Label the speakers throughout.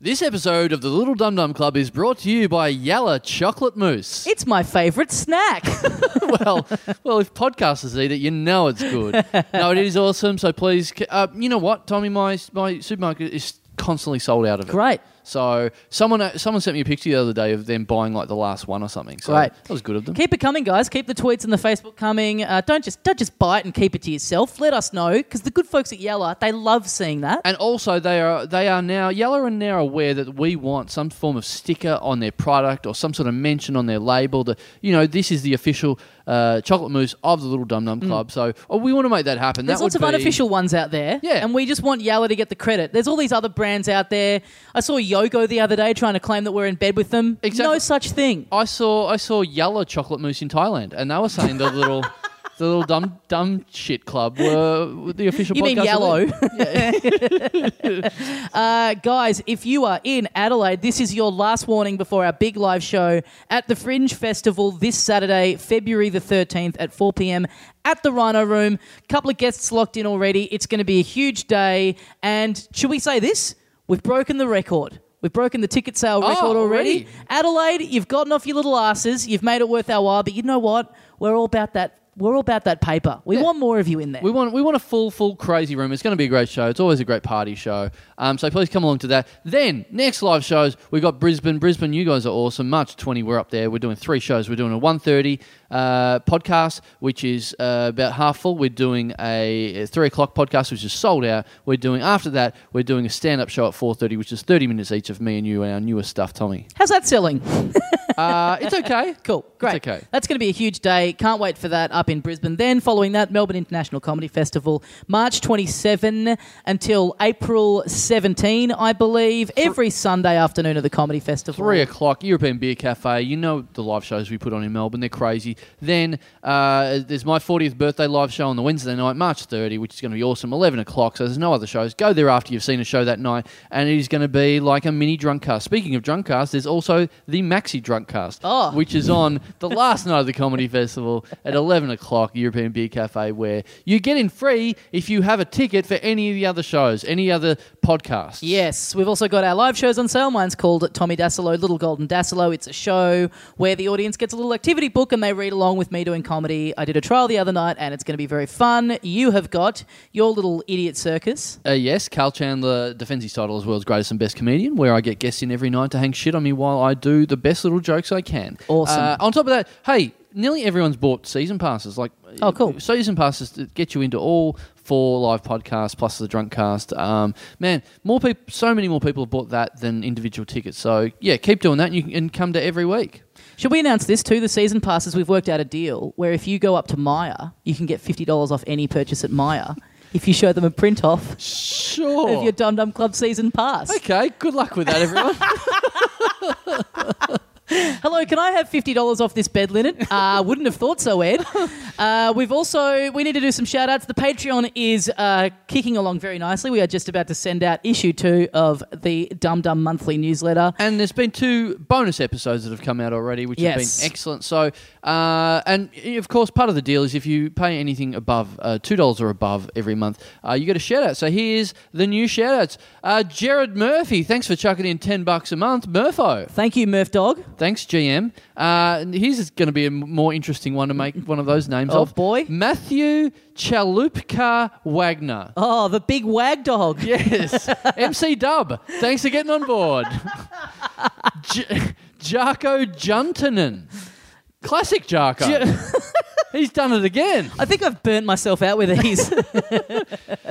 Speaker 1: This episode of the Little Dum Dum Club is brought to you by Yalla Chocolate Mousse.
Speaker 2: It's my favourite snack.
Speaker 1: well, well, if podcasters eat it, you know it's good. No, it is awesome. So please, c- uh, you know what, Tommy, my my supermarket is constantly sold out of it.
Speaker 2: Great.
Speaker 1: So someone uh, someone sent me a picture the other day of them buying like the last one or something. So
Speaker 2: Great.
Speaker 1: that was good of them.
Speaker 2: keep it coming, guys. Keep the tweets and the Facebook coming. Uh, don't just don't just buy it and keep it to yourself. Let us know because the good folks at Yella they love seeing that.
Speaker 1: and also, they are they are now Yellow are now aware that we want some form of sticker on their product or some sort of mention on their label that you know this is the official uh, chocolate mousse of the Little Dum Dum Club. So oh, we want to make that happen.
Speaker 2: Mm. There's
Speaker 1: that
Speaker 2: lots
Speaker 1: would
Speaker 2: of
Speaker 1: be-
Speaker 2: unofficial ones out there.
Speaker 1: Yeah.
Speaker 2: And we just want Yalla to get the credit. There's all these other brands out there. I saw Yogo the other day trying to claim that we're in bed with them.
Speaker 1: Exactly.
Speaker 2: No such thing.
Speaker 1: I saw I saw yellow chocolate mousse in Thailand, and they were saying the little the little dumb dumb shit club were the official.
Speaker 2: You
Speaker 1: podcast
Speaker 2: mean
Speaker 1: of
Speaker 2: yellow?
Speaker 1: it.
Speaker 2: uh, guys, if you are in Adelaide, this is your last warning before our big live show at the Fringe Festival this Saturday, February the 13th at 4 p.m. at the Rhino Room. Couple of guests locked in already. It's going to be a huge day. And should we say this? We've broken the record. We've broken the ticket sale
Speaker 1: Oh,
Speaker 2: record
Speaker 1: already?
Speaker 2: already. Adelaide, you've gotten off your little asses. You've made it worth our while. But you know what? We're all about that. We're all about that paper. We want more of you in there.
Speaker 1: We want we want a full full crazy room. It's going to be a great show. It's always a great party show. Um, so please come along to that. Then next live shows we have got Brisbane. Brisbane, you guys are awesome. March twenty, we're up there. We're doing three shows. We're doing a one thirty uh, podcast, which is uh, about half full. We're doing a, a three o'clock podcast, which is sold out. We're doing after that. We're doing a stand up show at four thirty, which is thirty minutes each of me and you and our newest stuff, Tommy.
Speaker 2: How's that selling?
Speaker 1: Uh, it's okay.
Speaker 2: Cool. Great.
Speaker 1: okay.
Speaker 2: That's going to be a huge day. Can't wait for that up in Brisbane. Then, following that, Melbourne International Comedy Festival, March 27 until April 17, I believe. Every Sunday afternoon at the Comedy Festival.
Speaker 1: Three o'clock, European Beer Cafe. You know the live shows we put on in Melbourne; they're crazy. Then uh, there's my 40th birthday live show on the Wednesday night, March 30, which is going to be awesome. 11 o'clock, so there's no other shows. Go there after you've seen a show that night, and it is going to be like a mini drunk cast. Speaking of drunk cast, there's also the Maxi Drunk Cast,
Speaker 2: Oh.
Speaker 1: which is on the last night of the comedy festival at 11 o'clock, European Beer Cafe, where you get in free if you have a ticket for any of the other shows, any other podcasts.
Speaker 2: Yes, we've also got our live shows on sale. Mine's called Tommy Dasilo, Little Golden Dasilo. It's a show where the audience gets a little activity book and they read along with me doing comedy. I did a trial the other night and it's going to be very fun. You have got your little idiot circus.
Speaker 1: Uh, yes, Carl Chandler defends his title as world's greatest and best comedian, where I get guests in every night to hang shit on me while I do the best little jokes I can.
Speaker 2: Awesome.
Speaker 1: Uh, on top of that, hey, nearly everyone's bought season passes. Like,
Speaker 2: Oh, cool.
Speaker 1: Season passes that get you into all four live podcasts plus the drunk cast. Um, man, more people, so many more people have bought that than individual tickets. So yeah, keep doing that, and you can and come to every week.
Speaker 2: Should we announce this too? The season passes, we've worked out a deal where if you go up to Maya, you can get $50 off any purchase at Maya if you show them a print off of
Speaker 1: Sure.
Speaker 2: your Dum Dum Club season pass.
Speaker 1: Okay. Good luck with that, everyone.
Speaker 2: Hello, can I have $50 off this bed linen? Uh, wouldn't have thought so, Ed. Uh, we've also, we need to do some shout outs. The Patreon is uh, kicking along very nicely. We are just about to send out issue two of the Dum Dum Monthly newsletter.
Speaker 1: And there's been two bonus episodes that have come out already, which
Speaker 2: Yes.
Speaker 1: have been excellent. So, uh, and of course, part of the deal is if you pay anything above uh, two dollars or above every month, uh, you get a shout out. So here's the new shout outs. Uh, Jared Murphy, thanks for chucking in ten bucks a month, Murpho.
Speaker 2: Thank you, Murph Dog.
Speaker 1: Thanks, GM. Uh, and here's going to be a m- more interesting one to make one of those names
Speaker 2: Oh,
Speaker 1: of.
Speaker 2: boy.
Speaker 1: Matthew Chalupka Wagner.
Speaker 2: Oh, the big wag dog.
Speaker 1: Yes. MC Dub, thanks for getting on board. J- Jarko Juntanen. Classic Jarko. He's done it again.
Speaker 2: I think I've burnt myself out with these.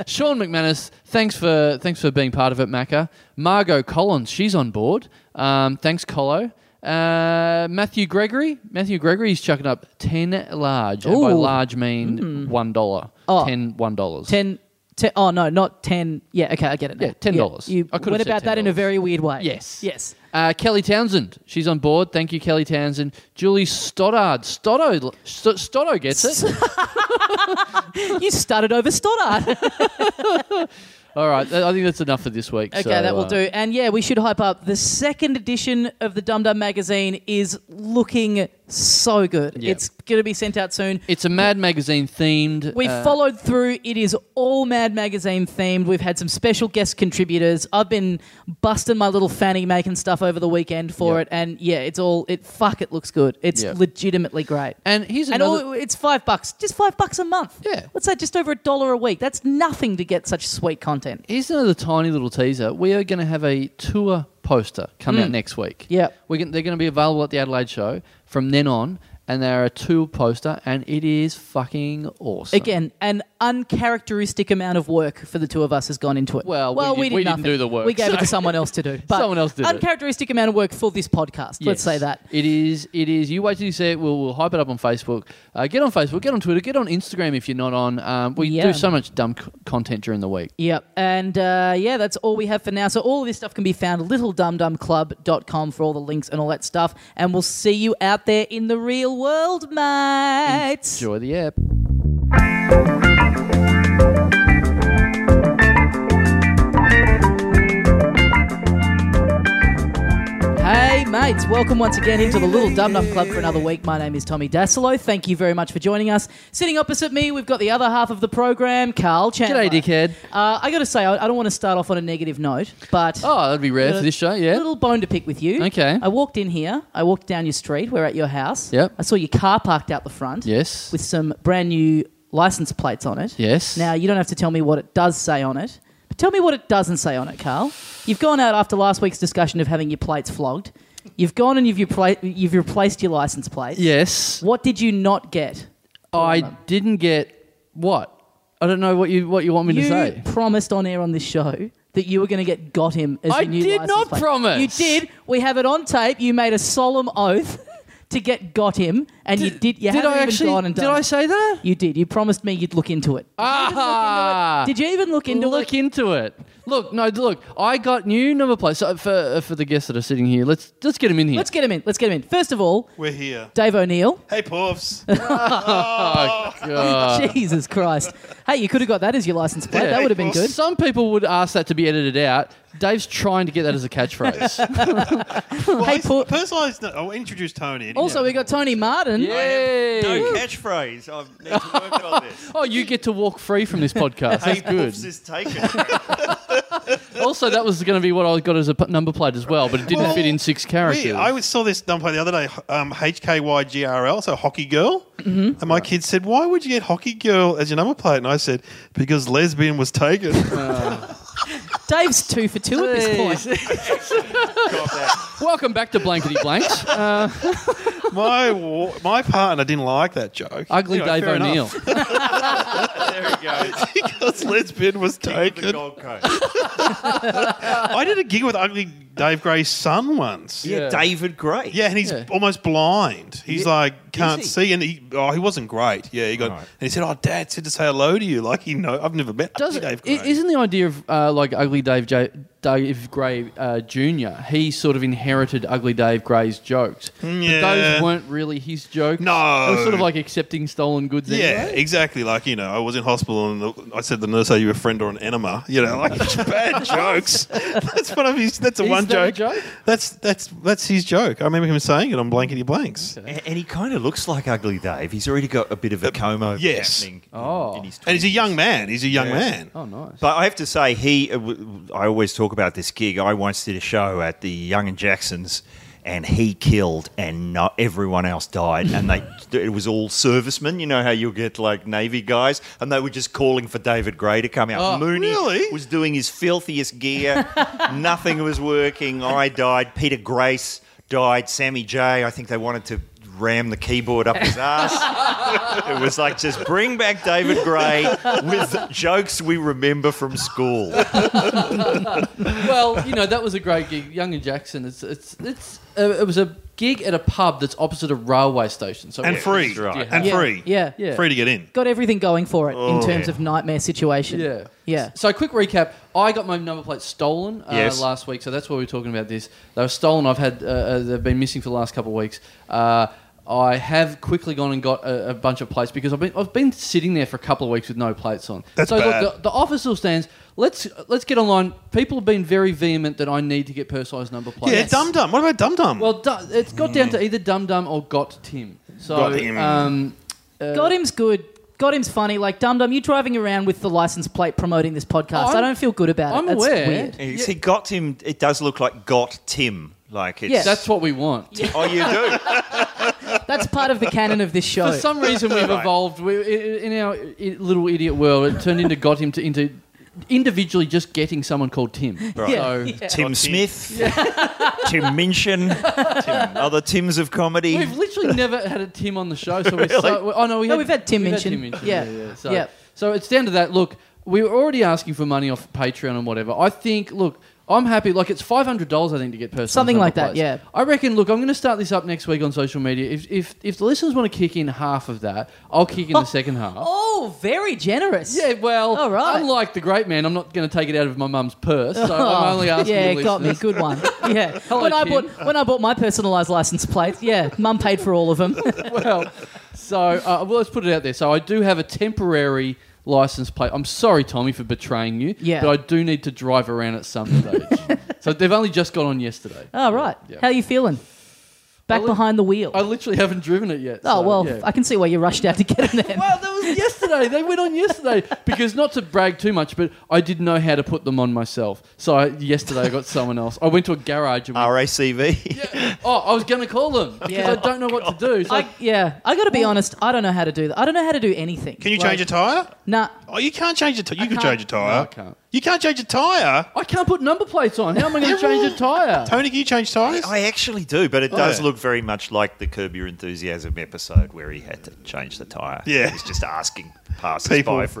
Speaker 1: Sean McManus, thanks for thanks for being part of it, Macca. Margot Collins, she's on board. Um, thanks, Colo. Uh, Matthew Gregory, Matthew Gregory, he's chucking up ten large. And by
Speaker 2: Ooh.
Speaker 1: large mean one dollar.
Speaker 2: Oh.
Speaker 1: Ten one dollars.
Speaker 2: Ten. te- oh no, not ten. Yeah, okay, I get it. Now.
Speaker 1: Yeah, $10.
Speaker 2: you
Speaker 1: I could've
Speaker 2: went
Speaker 1: said
Speaker 2: about that in a
Speaker 1: $10.
Speaker 2: very weird way.
Speaker 1: Yes.
Speaker 2: yes.
Speaker 1: Uh, Kelly Townsend, she's on board. Thank you, Kelly Townsend. Julie Stoddard, Stoddo, St- Stoddo gets it.
Speaker 2: you started over Stoddard.
Speaker 1: All right, th- I think that's enough for this week.
Speaker 2: okay,
Speaker 1: so,
Speaker 2: that will
Speaker 1: uh,
Speaker 2: do. And yeah, we should hype up. The second edition of the Dum Dum magazine is looking so good.
Speaker 1: Yeah.
Speaker 2: It's going to be sent out soon.
Speaker 1: It's a Mad Magazine themed.
Speaker 2: We
Speaker 1: uh,
Speaker 2: followed through. It is all Mad Magazine themed. We've had some special guest contributors. I've been busting my little fanny making stuff over the weekend for
Speaker 1: Yep.
Speaker 2: it, and yeah, it's all it. Fuck, it looks good. It's
Speaker 1: Yep.
Speaker 2: legitimately great.
Speaker 1: And here's
Speaker 2: And
Speaker 1: another.
Speaker 2: all, it's five bucks, just five bucks a month.
Speaker 1: Yeah.
Speaker 2: what's that? Just over a dollar a week. That's nothing to get such sweet content.
Speaker 1: Here's another tiny little teaser. We are going to have a tour poster come
Speaker 2: Mm.
Speaker 1: out next week.
Speaker 2: Yep.
Speaker 1: We're going, they're going to be available at the Adelaide show from then on, and they're a tour poster, and it is fucking awesome.
Speaker 2: Again, an uncharacteristic amount of work for the two of us has gone into it.
Speaker 1: Well, we did- we didn't
Speaker 2: nothing.
Speaker 1: do the work,
Speaker 2: We gave
Speaker 1: so-
Speaker 2: it to someone else to do. But
Speaker 1: Someone else did it.
Speaker 2: Uncharacteristic amount of work for this podcast. Let's
Speaker 1: Yes.
Speaker 2: say that.
Speaker 1: It is. It is. You wait till you see it. We'll, we'll hype it up on Facebook. Uh, get on Facebook. Get on Twitter. Get on Instagram if you're not on. Um, we
Speaker 2: Yeah.
Speaker 1: do so much dumb c- content during the week.
Speaker 2: Yep. And uh, yeah, that's all we have for now. So all of this stuff can be found at littledumdumclub.com for all the links and all that stuff. And we'll see you out there in the real world, mates.
Speaker 1: Enjoy the app.
Speaker 2: Hey, mates, welcome once again into the Little Dum Dum Club for another week. My name is Tommy Dasilo. Thank you very much for joining us. Sitting opposite me, we've got the other half of the program, Carl Chandler.
Speaker 1: G'day, dickhead.
Speaker 2: Uh, I got to say, I, I don't want to start off on a negative note, but
Speaker 1: Oh, that'd be rare for this show. Yeah.
Speaker 2: little bone to pick with you.
Speaker 1: Okay.
Speaker 2: I walked in here. I walked down your street. We're at your house.
Speaker 1: Yep.
Speaker 2: I saw your car parked out the front.
Speaker 1: Yes.
Speaker 2: With some brand new license plates on it.
Speaker 1: Yes.
Speaker 2: Now you don't have to tell me what it does say on it, but tell me what it doesn't say on it, Carl. You've gone out after last week's discussion of having your plates flogged. You've gone and you've repla- you've replaced your license plate.
Speaker 1: Yes.
Speaker 2: What did you not get?
Speaker 1: I didn't get what. I don't know what you what you want me
Speaker 2: You
Speaker 1: to say.
Speaker 2: promised on air on this show that you were going to get got him as
Speaker 1: I
Speaker 2: your new
Speaker 1: did
Speaker 2: license
Speaker 1: not
Speaker 2: plate.
Speaker 1: promise.
Speaker 2: You did. We have it on tape. You made a solemn oath to get got him, and you did. You
Speaker 1: did
Speaker 2: haven't
Speaker 1: I
Speaker 2: even
Speaker 1: actually?
Speaker 2: gone and
Speaker 1: did
Speaker 2: done
Speaker 1: I
Speaker 2: it.
Speaker 1: say that?
Speaker 2: You did. You promised me you'd look into it.
Speaker 1: Ah!
Speaker 2: Did you even look into it?
Speaker 1: look into it. Look, no, look. I got new number plates. So for uh, for the guests that are sitting here, let's let's get them in here.
Speaker 2: Let's get him in. Let's get him in. First of all,
Speaker 3: We're here.
Speaker 2: Dave O'Neill.
Speaker 3: Hey, Puffs.
Speaker 1: God.
Speaker 2: Jesus Christ. Hey, you could have got that as your license plate.
Speaker 1: Uh, Yeah.
Speaker 2: That would have been good.
Speaker 1: Some people would ask that to be edited out. Dave's trying to get that as a catchphrase.
Speaker 3: Well,
Speaker 2: Hey,
Speaker 3: I-
Speaker 2: Puff.
Speaker 3: Personalised. no- I'll introduce Tony.
Speaker 2: Also, we got Tony Martin.
Speaker 1: Yay!
Speaker 4: No catchphrase. I need to work on this.
Speaker 1: Oh, you get to walk free from this podcast. That's
Speaker 4: Hey,
Speaker 1: good.
Speaker 4: Poofs is taken.
Speaker 1: Also, that was going to be what I got as a p- number plate as well, but it didn't
Speaker 3: Well,
Speaker 1: fit in six characters.
Speaker 3: Yeah, I was- saw this dumb play the other day, h- um, HKYGRL, so Hockey Girl. And my kid said, Why would you get Hockey Girl as your number plate? And I said, Because lesbian was taken.
Speaker 2: Dave's two for two at this point.
Speaker 1: Welcome back to Blankety Blanks.
Speaker 3: my wa- my partner didn't like that joke.
Speaker 1: Ugly
Speaker 3: You know,
Speaker 1: Dave
Speaker 3: fair enough.
Speaker 1: O'Neill.
Speaker 4: there he goes.
Speaker 3: because lesbian was
Speaker 4: The
Speaker 3: taken.
Speaker 4: Gold Coast.
Speaker 3: I did a gig with Ugly Dave Gray's son once.
Speaker 4: Yeah,
Speaker 1: Yeah.
Speaker 4: David Gray.
Speaker 3: Yeah, and he's
Speaker 1: Yeah.
Speaker 3: almost blind. He's like can't
Speaker 4: he?
Speaker 3: see, and he oh he wasn't great. Yeah, he got
Speaker 4: Right.
Speaker 3: and he said, "Oh, Dad said to say hello to you." Like he know I've never met
Speaker 1: Does
Speaker 3: Dave.
Speaker 1: it,
Speaker 3: Gray.
Speaker 1: isn't the idea of uh, like Ugly Dave J, Dave Gray uh, Jr. He sort of inherited Ugly Dave Gray's jokes, but those
Speaker 3: Mm, Yeah.
Speaker 1: weren't really his jokes.
Speaker 3: No.
Speaker 1: it was sort of like accepting stolen goods.
Speaker 3: yeah,
Speaker 1: anyway.
Speaker 3: exactly. Like you know, I was in hospital and the, I said the nurse, "Are you a friend or an enema?" You know, like it's bad jokes. That's one of his. That's a
Speaker 1: Is
Speaker 3: one
Speaker 1: that a
Speaker 3: joke.
Speaker 1: joke?
Speaker 3: That's that's that's his joke. I remember him saying it on blankety blanks.
Speaker 4: A- And, he kind of looks like Ugly Dave. He's already got a bit of a comb over
Speaker 3: yes.
Speaker 4: happening in-
Speaker 1: Oh.
Speaker 4: in his
Speaker 3: And he's a
Speaker 4: 20s.
Speaker 3: young man. He's a young
Speaker 4: Yeah.
Speaker 3: man.
Speaker 1: Oh, nice.
Speaker 4: But I have to say, he. uh, w- I always talk about this gig. I once did a show at the Young and Jacksons, and he killed, and no, everyone else died, and they. it was all servicemen. You know how you'll get like Navy guys, and they were just calling for David Gray to come out. Mooney
Speaker 3: really?
Speaker 4: was doing his filthiest gear. Nothing was working. I died. Peter Grace died. Sammy J. I think they wanted to. Ram the keyboard up his ass. It was like just bring back David Gray with jokes we remember from school.
Speaker 1: well, you know that was a great gig, Young and Jackson. It's it's it's uh, it was a gig at a pub that's opposite a railway station, so
Speaker 3: And
Speaker 1: it-
Speaker 3: free.
Speaker 4: that's right.
Speaker 3: And
Speaker 2: Yeah,
Speaker 3: free.
Speaker 2: yeah.
Speaker 1: Yeah. Oh.
Speaker 3: Free to get in.
Speaker 2: Got everything going for it in terms
Speaker 4: yeah.
Speaker 2: of nightmare situation.
Speaker 1: Yeah.
Speaker 2: Yeah.
Speaker 1: So, quick recap. I got my number plate stolen uh,
Speaker 4: Yes.
Speaker 1: last week, so that's why we were talking about this. They were stolen. I've had uh, uh, they've been missing for the last couple of weeks. Uh, I have quickly gone and got a, a bunch of plates because I've been I've been sitting there for a couple of weeks with no plates on.
Speaker 3: That's
Speaker 1: so look,
Speaker 3: bad.
Speaker 1: the, the offer still stands. Let's let's get online. People have been very vehement that I need to get personalised number plates.
Speaker 3: Yeah, Dum Dum. What about Dum Dum?
Speaker 1: Well, du- it's got down to either Dum Dum or Got Tim. So,
Speaker 3: Got Tim.
Speaker 1: Um,
Speaker 2: Got him's good. Got him's funny. Like Dum Dum, you driving around with the license plate promoting this podcast.
Speaker 1: Oh, I'm-
Speaker 2: I don't feel good about it.
Speaker 1: I'm
Speaker 2: That's
Speaker 1: aware.
Speaker 2: Weird.
Speaker 4: You See, got Tim. It does look like got Tim. Like it's.
Speaker 2: Yeah.
Speaker 1: that's what we want.
Speaker 4: oh, you do.
Speaker 2: That's part of the canon of this show.
Speaker 1: For some reason, we've
Speaker 4: Right.
Speaker 1: evolved. We, i- in our i- little idiot world, it turned into Got Him to into individually just getting someone called Tim.
Speaker 4: Right.
Speaker 2: yeah,
Speaker 1: So-
Speaker 2: yeah.
Speaker 4: Tim
Speaker 3: Tim.
Speaker 4: Smith, Tim Minchin, Tim- other Tims of comedy.
Speaker 1: We've literally never had a Tim on the show, so we're so. Oh no, we
Speaker 2: No,
Speaker 1: had,
Speaker 2: we've had Tim
Speaker 1: we've
Speaker 2: mentioned.
Speaker 1: Minchin,
Speaker 2: Yeah.
Speaker 1: So,
Speaker 2: Yeah.
Speaker 1: so it's down to that. Look, we were already asking for money off Patreon and whatever. I think. Look, I'm happy. Like it's five hundred dollars, I think, to get personal.
Speaker 2: Something like that, yeah.
Speaker 1: I reckon. Look, I'm going to start this up next week on social media. If if if the listeners want to kick in half of that, I'll kick in the second half.
Speaker 2: Oh, very generous.
Speaker 1: Yeah, well,
Speaker 2: All right.
Speaker 1: unlike the great man, I'm not going to take it out of my mum's purse. So I'm only asking
Speaker 2: Oh. yeah,
Speaker 1: the
Speaker 2: got me.
Speaker 1: listeners.
Speaker 2: Good one. Yeah. when I
Speaker 1: Kim.
Speaker 2: bought when I bought my personalised license plate, yeah, Mum paid for all of them.
Speaker 1: well, so uh, well, let's put it out there. So I do have a temporary license plate. I'm sorry, Tommy, for betraying you.
Speaker 2: Yeah.
Speaker 1: But I do need to drive around at some stage. so they've only just got on yesterday.
Speaker 2: All Oh, right.
Speaker 1: Yeah.
Speaker 2: How you feeling? Back
Speaker 1: Well,
Speaker 2: behind the wheel.
Speaker 1: I literally haven't driven it yet. so,
Speaker 2: oh well,
Speaker 1: yeah.
Speaker 2: I can see why you rushed out to get in there.
Speaker 1: well, that was yesterday. They went on yesterday because not to brag too much, but I didn't know how to put them on myself. So I, yesterday I got someone else. I went to a garage and
Speaker 4: Ah,
Speaker 1: went,
Speaker 4: RACV.
Speaker 1: oh, I was going to call them because
Speaker 2: Yeah.
Speaker 1: I don't know what to do. So
Speaker 2: I, yeah, I got to be honest. I don't know how to do that. I don't know how to do anything.
Speaker 3: Can you
Speaker 2: Like,
Speaker 3: change a tire?
Speaker 2: Nah.
Speaker 3: Oh, you can't change a tire. You can
Speaker 2: can't.
Speaker 3: change a tire.
Speaker 1: No, I can't.
Speaker 3: You can't change a tire.
Speaker 1: I can't put number plates on. How am I going to change a tyre?
Speaker 3: Tony, can you change tires?
Speaker 4: I actually do, but it does
Speaker 3: Oh, yeah.
Speaker 4: look very much like the Curb Your Enthusiasm episode where he had to change the tire.
Speaker 3: Yeah.
Speaker 4: he's just asking passers
Speaker 3: People.
Speaker 4: by for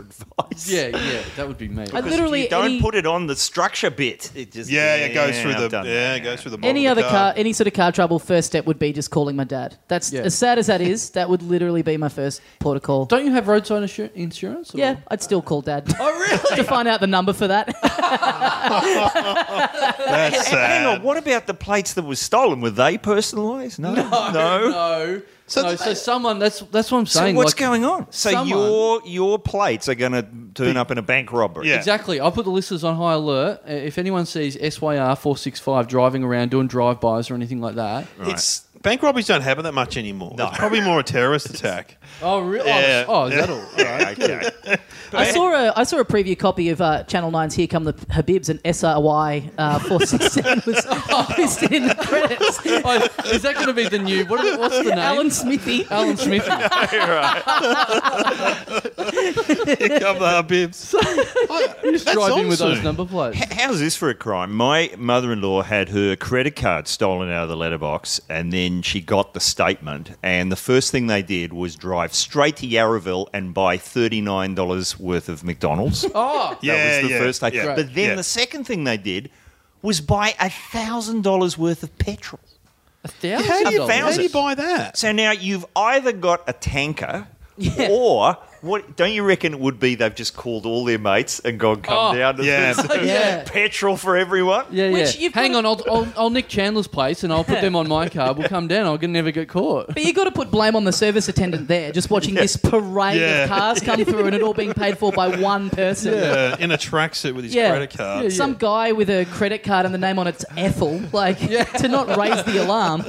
Speaker 4: advice.
Speaker 1: Yeah, yeah, that would be me.
Speaker 2: I
Speaker 4: Because if
Speaker 2: literally
Speaker 4: you don't
Speaker 2: any-
Speaker 4: put it on the structure bit. It just
Speaker 3: yeah, it goes through
Speaker 4: I've
Speaker 3: the
Speaker 4: done
Speaker 3: yeah,
Speaker 4: that.
Speaker 3: it goes through the. model
Speaker 2: Any
Speaker 3: of the
Speaker 2: other car, any sort of car trouble, first step would be just calling my dad. That's
Speaker 1: Yeah.
Speaker 2: as sad as that is. That would literally be my first port of call.
Speaker 1: Don't you have roadside insu- insurance? or-
Speaker 2: yeah, I'd still call dad. Oh really? to find out the number for that.
Speaker 3: That's
Speaker 4: Hang on,
Speaker 3: sad.
Speaker 4: what about the plates that was stolen? Were they personalised? No, no.
Speaker 1: No. So,
Speaker 3: So-
Speaker 1: no, so someone that's that's what I'm
Speaker 4: So
Speaker 1: saying.
Speaker 4: what's
Speaker 1: like-
Speaker 4: going on? So
Speaker 1: someone-
Speaker 4: your your plates are going to turn up in a bank robbery.
Speaker 3: Yeah.
Speaker 1: Exactly. I'll put the listeners on high alert. Uh, If anyone sees SYR four six five driving around doing drive bys or anything like that.
Speaker 3: It's bank robberies don't happen that much anymore.
Speaker 4: No.
Speaker 3: It's probably more a terrorist attack.
Speaker 1: Oh really?
Speaker 3: Yeah.
Speaker 1: Oh, is that all?
Speaker 4: Yeah, okay.
Speaker 2: I saw a I saw a preview copy of uh, Channel 9's Here Come the Habibs and SRY uh, 467 was listed in the credits.
Speaker 1: Oh, is that going to be the new? What, what's the name?
Speaker 2: Alan Smithy.
Speaker 1: Alan Smith.
Speaker 3: Here come the bibs.
Speaker 1: He's driving with those
Speaker 3: awesome.
Speaker 1: number plates.
Speaker 4: H- How's this for a crime? My mother in law had her credit card stolen out of the letterbox, and then she got the statement. And the first thing they did was drive straight to Yarraville and buy $39 worth of McDonald's.
Speaker 1: Oh,
Speaker 3: Yeah,
Speaker 4: that was the
Speaker 3: yeah,
Speaker 4: first thing.
Speaker 3: yeah.
Speaker 4: But then
Speaker 3: Yeah.
Speaker 4: the second thing they did was buy $1,000 worth of petrol.
Speaker 1: a thousand
Speaker 3: How do you,
Speaker 1: dollars.
Speaker 3: how
Speaker 4: found
Speaker 3: do you
Speaker 4: it?
Speaker 3: buy that?
Speaker 4: So now you've either got a tanker
Speaker 2: Yeah.
Speaker 4: or what don't you reckon it would be they've just called all their mates and gone come
Speaker 1: Oh,
Speaker 4: down to
Speaker 3: yeah.
Speaker 4: this
Speaker 1: Yeah.
Speaker 4: petrol for everyone?
Speaker 1: Yeah,
Speaker 2: Which
Speaker 1: yeah.
Speaker 2: you've
Speaker 1: Hang
Speaker 2: got
Speaker 1: on, I'll, I'll, I'll nick Chandler's place and I'll put them on my car. We'll come down. I'll g- never get caught.
Speaker 2: But you got to put blame on the service attendant there, just watching this parade
Speaker 3: Yeah.
Speaker 2: of cars come through and it all being paid for by one person.
Speaker 3: Uh, in a tracksuit with his
Speaker 2: Yeah.
Speaker 3: credit card.
Speaker 1: Yeah,
Speaker 2: Some guy with a credit card and the name on it's Ethel, like to not raise the alarm.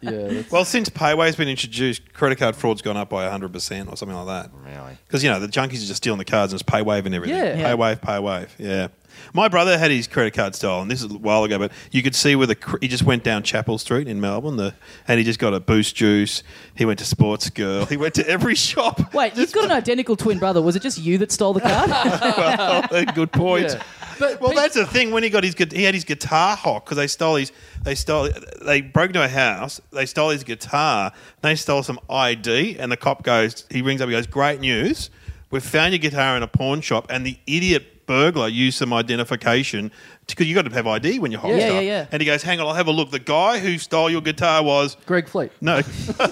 Speaker 1: Yeah, that's-
Speaker 3: Well, since Payway's been introduced, credit card fraud's gone up by 100% or something like that.
Speaker 4: Really?
Speaker 3: Because, you know, the junkies are just stealing the cards and it's Paywave and everything.
Speaker 1: Yeah.
Speaker 2: Yeah.
Speaker 3: Paywave, Paywave. Yeah. My brother had his credit card stolen. This is a while ago, but you could see where the cr- he just went down Chapel Street in Melbourne, the, and he just got a Boost Juice. He went to Sports Girl. He went to every shop.
Speaker 2: Wait, you've got an identical twin brother. Was it just you that stole the card?
Speaker 3: well, good point.
Speaker 1: Yeah. But
Speaker 3: well,
Speaker 1: pe-
Speaker 3: that's the thing. When he got his, gu- he had his guitar hock because they stole his. They stole. They broke into a house. They stole his guitar. They stole some ID. And the cop goes. He rings up. He goes, "Great news! We've found your guitar in a pawn shop." And the idiot burglar used some identification because you got to have ID when you're hot
Speaker 2: Yeah,
Speaker 3: stuff.
Speaker 2: yeah, yeah.
Speaker 3: And he goes, "Hang on, I'll have a look." The guy who stole your guitar was
Speaker 1: Greg Fleet.
Speaker 3: no,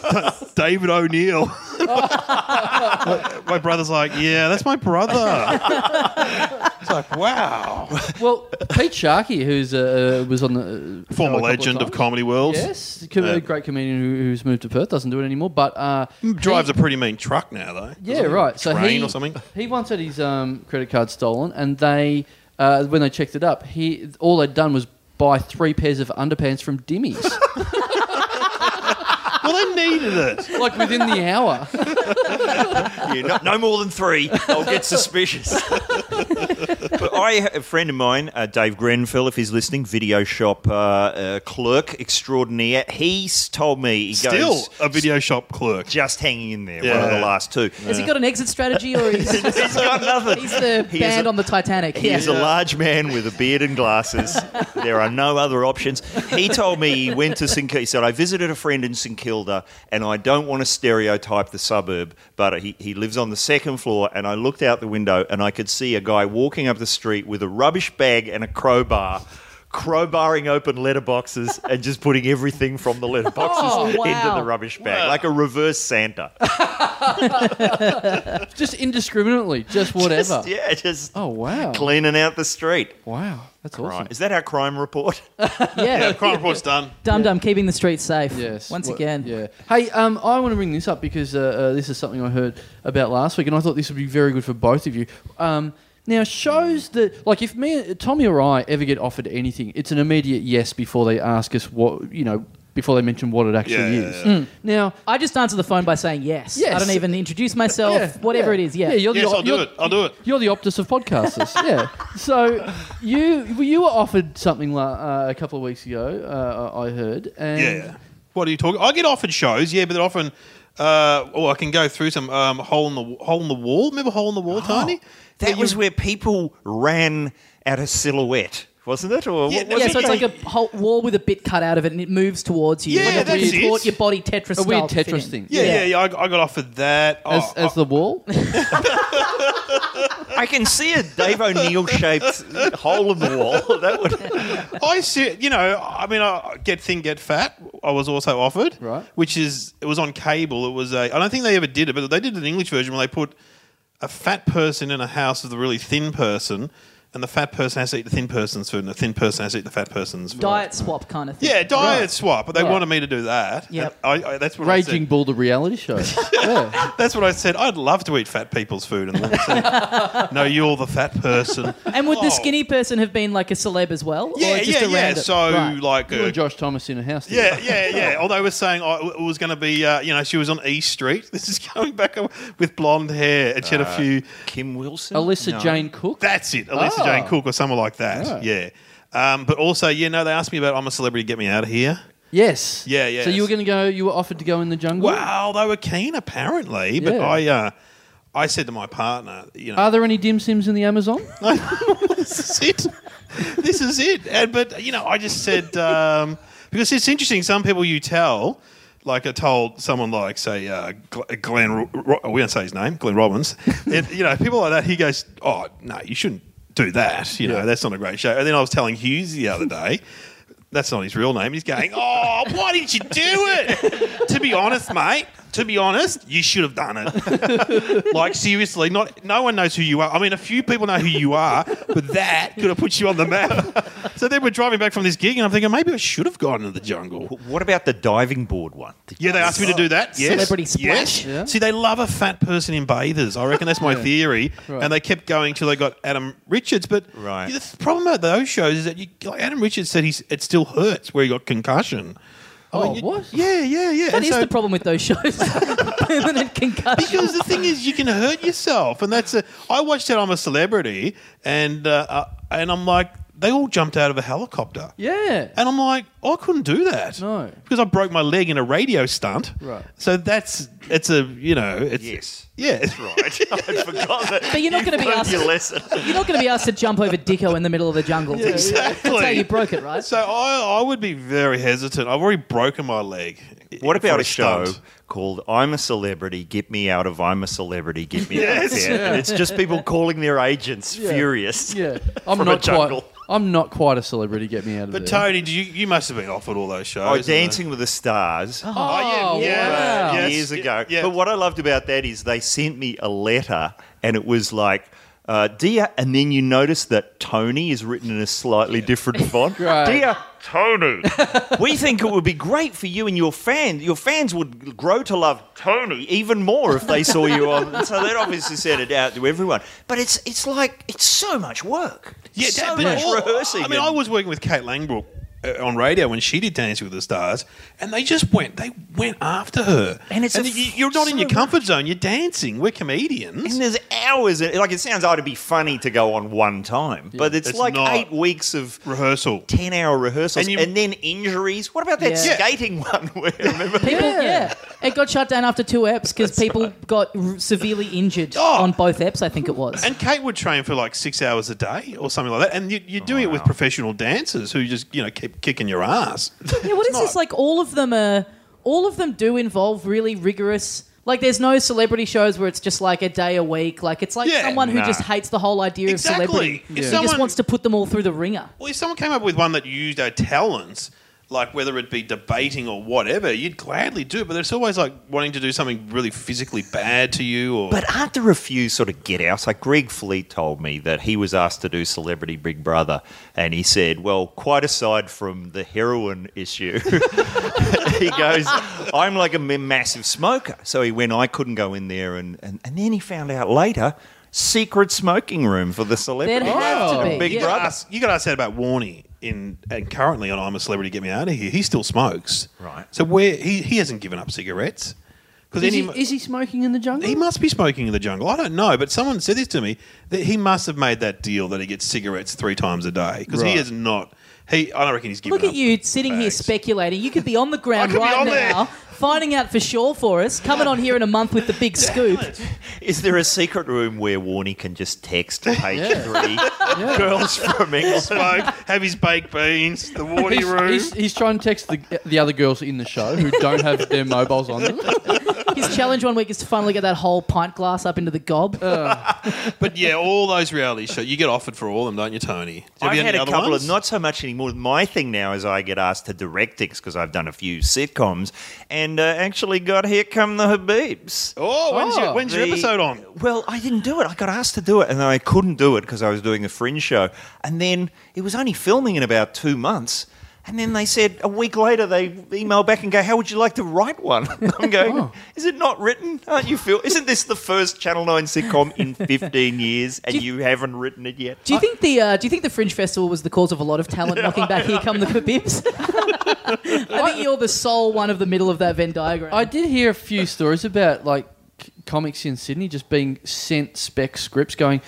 Speaker 3: David O'Neill. my brother's like, yeah, that's my brother. it's like, wow.
Speaker 1: Well, Pete Sharkey, who's uh, was on the uh, show a
Speaker 3: Former
Speaker 1: couple
Speaker 3: legend of
Speaker 1: times.
Speaker 3: comedy world.
Speaker 1: Yes, com-
Speaker 3: Yeah. Mm,
Speaker 1: a great comedian who, who's moved to Perth doesn't do it anymore. But uh,
Speaker 3: Drives
Speaker 1: he-
Speaker 3: a pretty mean truck now, though.
Speaker 1: yeah,
Speaker 3: Doesn't he?
Speaker 1: right. So
Speaker 3: Train
Speaker 1: he,
Speaker 3: or something.
Speaker 1: He once had his um, credit card stolen, and they uh, when they checked it up, he all they'd done was buy three pairs of underpants from Dimmies,
Speaker 3: Well, they needed it.
Speaker 1: like within the hour.
Speaker 4: Yeah, no, no more than three. I'll get suspicious. but I, a friend of mine, uh, Dave Grenfell, if he's listening, video shop uh, uh, clerk extraordinaire, he's told me he
Speaker 3: Still
Speaker 4: goes
Speaker 3: a video shop clerk.
Speaker 4: just hanging in there. One of
Speaker 3: Yeah.
Speaker 4: the last two.
Speaker 2: Has he got an exit strategy or is he's
Speaker 4: he's got nothing.
Speaker 2: the
Speaker 4: He is
Speaker 2: band
Speaker 4: a-
Speaker 2: on the Titanic?
Speaker 4: He is a
Speaker 2: Yeah.
Speaker 4: large man with a beard and glasses. there are no other options. He told me he went to St Kilda. He said, I visited a friend in St Kilda and I don't want to stereotype the suburb, but he, he lives on the second floor. And I looked out the window and I could see a guy walking up the street with a rubbish bag and a crowbar. Crowbarring open letterboxes and just putting everything from the letterboxes
Speaker 2: Oh, wow.
Speaker 4: into the rubbish bag, like a reverse Santa.
Speaker 1: just indiscriminately, just whatever.
Speaker 4: Just- yeah, just
Speaker 1: Oh wow!
Speaker 4: cleaning out the street.
Speaker 1: Wow, that's awesome.
Speaker 4: Right. Is that our crime report?
Speaker 3: Yeah,
Speaker 2: yeah.
Speaker 3: crime report's done.
Speaker 2: Dum Dum keeping the streets safe.
Speaker 1: Yes.
Speaker 2: Once
Speaker 1: Wha-
Speaker 2: again.
Speaker 1: Yeah. Hey, um, I want to bring this up because uh, uh, this is something I heard about last week, and I thought this would be very good for both of you. Um, now, shows that, like, if me, Tommy or I ever get offered anything, it's an immediate yes before they ask us what, you know, before they mention what it actually
Speaker 3: Yeah, yeah,
Speaker 1: is. Hmm. Mm.
Speaker 3: yeah.
Speaker 1: Now,
Speaker 2: I just answer the phone by saying yes.
Speaker 1: Yes.
Speaker 2: I don't even introduce myself.
Speaker 1: yeah,
Speaker 2: whatever
Speaker 1: yeah.
Speaker 2: it is. Yeah.
Speaker 1: you're the
Speaker 3: Yes,
Speaker 1: o-
Speaker 3: I'll do
Speaker 1: you're-
Speaker 3: it. I'll do it.
Speaker 1: You're the Optus of podcasters. yeah. So you you were offered something la- uh, a couple of weeks ago. Uh, I I heard. And
Speaker 3: Yeah. What are you talking? I get offered shows, yeah, but they're often. Uh, oh, I can go through some um, hole in the w- hole in the wall. Remember hole in the
Speaker 1: Oh,
Speaker 3: wall, Tony?
Speaker 4: Oh, That was where people ran at a silhouette, wasn't it? Or
Speaker 3: Yeah,
Speaker 4: what
Speaker 3: no,
Speaker 4: was
Speaker 2: Yeah,
Speaker 4: it?
Speaker 2: so it's like a whole wall with a bit cut out of it, and it moves towards you.
Speaker 3: Yeah,
Speaker 2: like a
Speaker 3: that's
Speaker 2: weird,
Speaker 3: it.
Speaker 2: tort- your body Tetris
Speaker 1: A weird
Speaker 2: style to fit
Speaker 1: Tetris
Speaker 2: in.
Speaker 1: thing.
Speaker 3: Yeah, yeah, yeah. I, I got offered that. Oh,
Speaker 1: As, as the wall.
Speaker 4: I can see a Dave O'Neill shaped hole in the wall. That would
Speaker 3: I see. You know, I mean, I, get thin, get fat. I was also offered,
Speaker 1: Right.
Speaker 3: Which is it was on cable. It was a. I don't think they ever did it, but they did an English version where they put a fat person in a house with a really thin person, and the fat person has to eat the thin person's food, and the thin person has to eat the fat person's food.
Speaker 2: Diet swap kind of thing.
Speaker 3: Yeah, diet swap. But they
Speaker 2: Right.
Speaker 3: wanted me to do that.
Speaker 2: Yep.
Speaker 3: And I, I, that's what I
Speaker 1: Raging
Speaker 3: said.
Speaker 1: Bull, the reality show. yeah.
Speaker 3: That's what I said. I'd love to eat fat people's food. And then I said, no, you're the fat person.
Speaker 2: And would
Speaker 3: Oh.
Speaker 2: the skinny person have been like a celeb as well?
Speaker 3: Yeah,
Speaker 2: or just
Speaker 3: yeah,
Speaker 2: a
Speaker 3: yeah.
Speaker 2: random?
Speaker 3: So
Speaker 2: Right.
Speaker 3: like,
Speaker 1: You
Speaker 3: uh,
Speaker 1: and Josh Thomas in a house.
Speaker 3: yeah,
Speaker 1: together.
Speaker 3: yeah, yeah. Although I was saying I, it was going to be, uh, you know, she was on E Street. This is going back with blonde hair, and she had a few.
Speaker 4: Kim Wilson,
Speaker 1: Alyssa
Speaker 4: No.
Speaker 1: Jane Cook.
Speaker 3: That's it, Alyssa
Speaker 1: Ah.
Speaker 3: Jane Cook or someone like that. Yeah. Um, but also, you know, they asked me about I'm a celebrity, get me out of here.
Speaker 1: yes.
Speaker 3: Yeah, yeah.
Speaker 1: So you were going to go. You were offered to go in the jungle.
Speaker 3: Well, they were keen apparently, but
Speaker 1: Yeah.
Speaker 3: I, uh, I said to my partner, you know,
Speaker 1: Are there any dim sims in the Amazon? Oh,
Speaker 3: this is it. This is it. And, but you know, I just said um, because it's interesting. Some people you tell, like I told someone, like say uh, Gl- Glenn. Ro- Ro- we don't say his name, Glenn Robbins. It, you know, people like that. He goes, "Oh no, you shouldn't do that. You know, that's not a great show." And then I was telling Hughes the other day. That's not his real name. He's going, Oh, why did you do it? to be honest, mate, to be honest, you should have done it. Like seriously, not no one knows who you are. I mean, a few people know who you are, but that could have put you on the map. so then we're driving back from this gig, and I'm thinking maybe I should have gone to the jungle.
Speaker 4: What about the diving board one?
Speaker 3: Yeah, they asked me to do that. Yes,
Speaker 2: Celebrity splash.
Speaker 3: Yes.
Speaker 1: Yeah.
Speaker 3: See, they love a fat person in bathers. I reckon that's my theory.
Speaker 1: Right.
Speaker 3: And they kept going till they got Adam Richards. But
Speaker 4: Right.
Speaker 3: the problem about those shows is that you, like Adam Richards said he's, it still hurts where he got concussion. I mean,
Speaker 1: Oh,
Speaker 3: you-
Speaker 1: what?
Speaker 3: Yeah, yeah, yeah.
Speaker 2: That
Speaker 3: And
Speaker 2: is
Speaker 3: so-
Speaker 2: the problem with those shows. Permanent concussion.
Speaker 3: Because the thing is, you can hurt yourself, and that's a. I watched that I'm a celebrity, and uh, uh, and I'm like, they all jumped out of a helicopter.
Speaker 1: Yeah.
Speaker 3: And I'm like, I couldn't do that.
Speaker 1: No.
Speaker 3: Because I broke my leg in a radio stunt.
Speaker 1: Right.
Speaker 3: So that's it's a you know it's
Speaker 4: Yes.
Speaker 3: yeah it's
Speaker 4: Right, I forgot that.
Speaker 2: But you're not
Speaker 4: You've
Speaker 2: gonna be
Speaker 4: learned
Speaker 2: asked-
Speaker 4: Your lesson.
Speaker 2: You're not going to be asked to jump over Dicko in the middle of the jungle.
Speaker 3: exactly.
Speaker 2: That's how you broke it, right?
Speaker 3: So I I would be very hesitant. I've already broken my leg.
Speaker 4: What
Speaker 3: for
Speaker 4: about a
Speaker 3: stunt.
Speaker 4: show called "I'm a Celebrity, Get Me Out of I'm a Celebrity, Get Me Out of
Speaker 3: Yes.
Speaker 4: Here." And it's just people calling their agents furious.
Speaker 1: Yeah, I'm
Speaker 4: From a
Speaker 1: not quite.
Speaker 4: jungle.
Speaker 1: I'm not quite a celebrity. Get me out of
Speaker 3: But
Speaker 1: there.
Speaker 3: Tony, did you you must have been offered all those shows.
Speaker 4: Oh,
Speaker 3: and the-
Speaker 4: Dancing with the Stars.
Speaker 1: Oh,
Speaker 3: Oh, yeah, yeah,
Speaker 1: wow.
Speaker 3: yes,
Speaker 4: years
Speaker 3: yeah,
Speaker 4: ago.
Speaker 3: Yeah,
Speaker 4: But what I loved about that is they sent me a letter, and it was like, uh, "Dear," and then you notice that Tony is written in a slightly different font.
Speaker 1: Right.
Speaker 4: Dear Tony, we think it would be great for you and your fans. Your fans would grow to love Tony even more if they saw you on. and so that obviously sent it out to everyone. But it's it's like it's so much work.
Speaker 3: Yeah,
Speaker 4: so
Speaker 3: that- but
Speaker 4: much
Speaker 3: all-
Speaker 4: rehearsing.
Speaker 3: I mean,
Speaker 4: and-
Speaker 3: I was working with Kate Langbrook uh, on radio when she did Dancing with the Stars, and they just went they went after her.
Speaker 4: And it's a
Speaker 3: you,
Speaker 4: f-
Speaker 3: you're not in
Speaker 4: so
Speaker 3: your comfort zone. You're dancing. We're comedians.
Speaker 4: And there's hours. Of, like it sounds odd to be funny to go on one time, but it's,
Speaker 3: It's
Speaker 4: like
Speaker 3: not.
Speaker 4: eight weeks of
Speaker 3: Rehearsal.
Speaker 4: ten hour rehearsals,
Speaker 3: And
Speaker 4: and,
Speaker 3: you-
Speaker 4: then injuries. What about that
Speaker 2: Yeah.
Speaker 3: Yeah.
Speaker 4: skating one? Where, remember?
Speaker 2: People, yeah. It got shut down after two eps because people got r- severely injured
Speaker 3: Oh.
Speaker 2: on both eps, I think it was.
Speaker 3: And Kate would train for like six hours a day or something like that. And you, you're doing it with professional dancers who just you know keep kicking your ass.
Speaker 2: yeah, what is this? Like all of them are, all of them do involve really rigorous. Like there's no celebrity shows where it's just like a day a week. Like it's like
Speaker 3: Yeah,
Speaker 2: someone who
Speaker 4: nah.
Speaker 2: just hates the whole idea
Speaker 3: Exactly.
Speaker 2: of celebrity.
Speaker 3: If
Speaker 2: He just
Speaker 3: someone-
Speaker 2: wants to put them all through the ringer.
Speaker 3: Well, if someone came up with one that used our talents, like whether it be debating or whatever, you'd gladly do it. But it's always like wanting to do something really physically bad to you, or
Speaker 4: But aren't there a few sort of get outs? Like Greg Fleet told me that he was asked to do Celebrity Big Brother, and he said, Well, quite aside from the heroin issue, he goes, I'm like a m- massive smoker. So he went, I couldn't go in there. And, and, and then he found out later, secret smoking room for the
Speaker 2: There'd
Speaker 4: celebrity.
Speaker 2: have to be.
Speaker 4: Big
Speaker 2: yeah.
Speaker 3: you got asked, you got asked that about Warney in and currently on I'm a Celebrity, Get Me Out of Here. He still smokes,
Speaker 4: Right.
Speaker 3: So where he, he hasn't given up cigarettes because
Speaker 1: Is he, is he smoking in the jungle?
Speaker 3: He must be smoking in the jungle. I don't know, but someone said this to me that he must have made that deal that he gets cigarettes three times a day because
Speaker 1: Right.
Speaker 3: he is not. He, I don't reckon he's given.
Speaker 2: Look at
Speaker 3: up.
Speaker 2: you sitting here
Speaker 3: Thanks.
Speaker 2: speculating. You could be on the
Speaker 3: I
Speaker 2: ground
Speaker 3: could be
Speaker 2: right
Speaker 3: on there.
Speaker 2: now, finding out for sure for us. Coming on here in a month with the big scoop.
Speaker 4: Is there a secret room where Warney can just text page
Speaker 1: Yeah.
Speaker 4: three, girls from England?
Speaker 3: Smoke, have his baked beans, the warty
Speaker 1: He's,
Speaker 3: room.
Speaker 1: he's, he's trying to text the, the other girls in the show who don't have their mobiles on them.
Speaker 2: His challenge one week is to finally get that whole pint glass up into the gob.
Speaker 3: Uh. But yeah, all those reality shows. You get offered for all of them, don't you, Tony? Have
Speaker 4: I've
Speaker 3: you
Speaker 4: had
Speaker 3: any
Speaker 4: a
Speaker 3: other
Speaker 4: couple
Speaker 3: ones?
Speaker 4: of not so much anymore. My thing now is I get asked to direct things because I've done a few sitcoms, and uh, actually got here come the Habibs.
Speaker 3: Oh, when's,
Speaker 1: Oh,
Speaker 3: your, when's your
Speaker 4: the-
Speaker 3: episode on?
Speaker 4: Well, I didn't do it. I got asked to do it, and I couldn't do it because I was doing a fringe show. And then it was only filming in about two months. And then they said a week later they email back and go, "How would you like to write one?" I'm going,
Speaker 3: Oh.
Speaker 4: "Is it not written? Aren't you feel? Isn't this the first Channel Nine sitcom in 15 years, and you haven't written it yet?"
Speaker 2: Do you think the uh, Do you think the Fringe Festival was the cause of a lot of talent knocking back? Here come the Habibs. I think you're the sole one of the middle of that Venn diagram.
Speaker 1: I did hear a few stories about like c- comics in Sydney just being sent spec scripts going,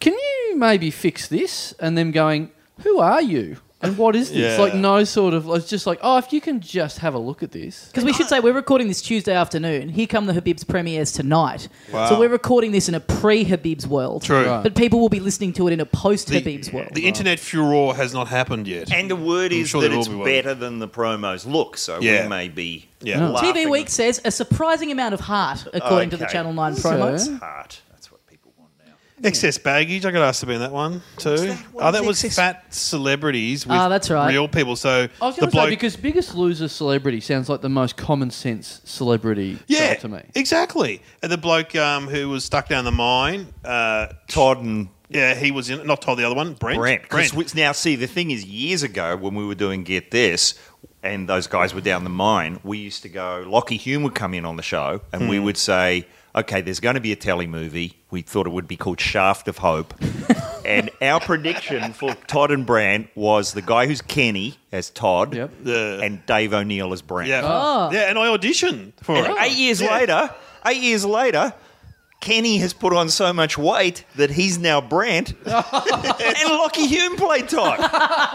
Speaker 1: can you maybe fix this? And them going, who are you? And what is this?
Speaker 3: Yeah.
Speaker 1: Like no sort of, it's just like, oh, if you can just have a look at this.
Speaker 2: Because we should say we're recording this Tuesday afternoon. Here come the Habibs premieres tonight.
Speaker 3: Wow.
Speaker 2: So we're recording this in a pre-Habibs world.
Speaker 3: True.
Speaker 1: Right.
Speaker 2: But people will be listening to it in a
Speaker 3: The,
Speaker 2: post-Habibs world.
Speaker 3: the internet furore has not happened yet.
Speaker 4: And the word
Speaker 3: I'm
Speaker 4: is
Speaker 3: sure
Speaker 4: that
Speaker 3: there will
Speaker 4: it's
Speaker 3: be one.
Speaker 4: better than the promos look, so
Speaker 3: Yeah.
Speaker 4: we may be
Speaker 3: Yeah.
Speaker 4: yeah.
Speaker 2: TV Week says a surprising amount of heart, according to the
Speaker 4: Okay.
Speaker 2: Channel Nine
Speaker 1: So-
Speaker 2: promos.
Speaker 4: Heart. That's what people want now.
Speaker 3: Hmm. Excess baggage. I got asked to be in that one too.
Speaker 4: that? What
Speaker 3: oh,
Speaker 4: is
Speaker 3: that was
Speaker 4: excess-
Speaker 3: fat celebrities with
Speaker 2: Ah, that's right.
Speaker 3: real people. So
Speaker 1: I was
Speaker 3: the
Speaker 1: going to say,
Speaker 3: bloke.
Speaker 1: because Biggest Loser celebrity sounds like the most common sense celebrity
Speaker 3: yeah,
Speaker 1: to me.
Speaker 3: exactly. And the bloke um, who was stuck down the mine. Uh,
Speaker 4: Todd and
Speaker 3: yeah, he was in. Not Todd, the other one, Brent.
Speaker 4: Brent. Because now, see, the thing is, years ago when we were doing Get This, and those guys were down the mine, we used to go. Lockie Hume would come in on the show, and we would say, "Okay, there's going to be a telly movie." We thought it would be called Shaft of Hope, and our prediction for Todd and Brand was the guy who's Kenny as Todd,
Speaker 1: Yep.
Speaker 3: Yeah.
Speaker 4: and Dave O'Neill as Brand.
Speaker 3: Yeah,
Speaker 1: Oh.
Speaker 3: yeah, and I auditioned for it.
Speaker 4: And eight years
Speaker 3: Yeah.
Speaker 4: later, eight years later, Kenny has put on so much weight that he's now Brant, and Lockie Hume played Todd.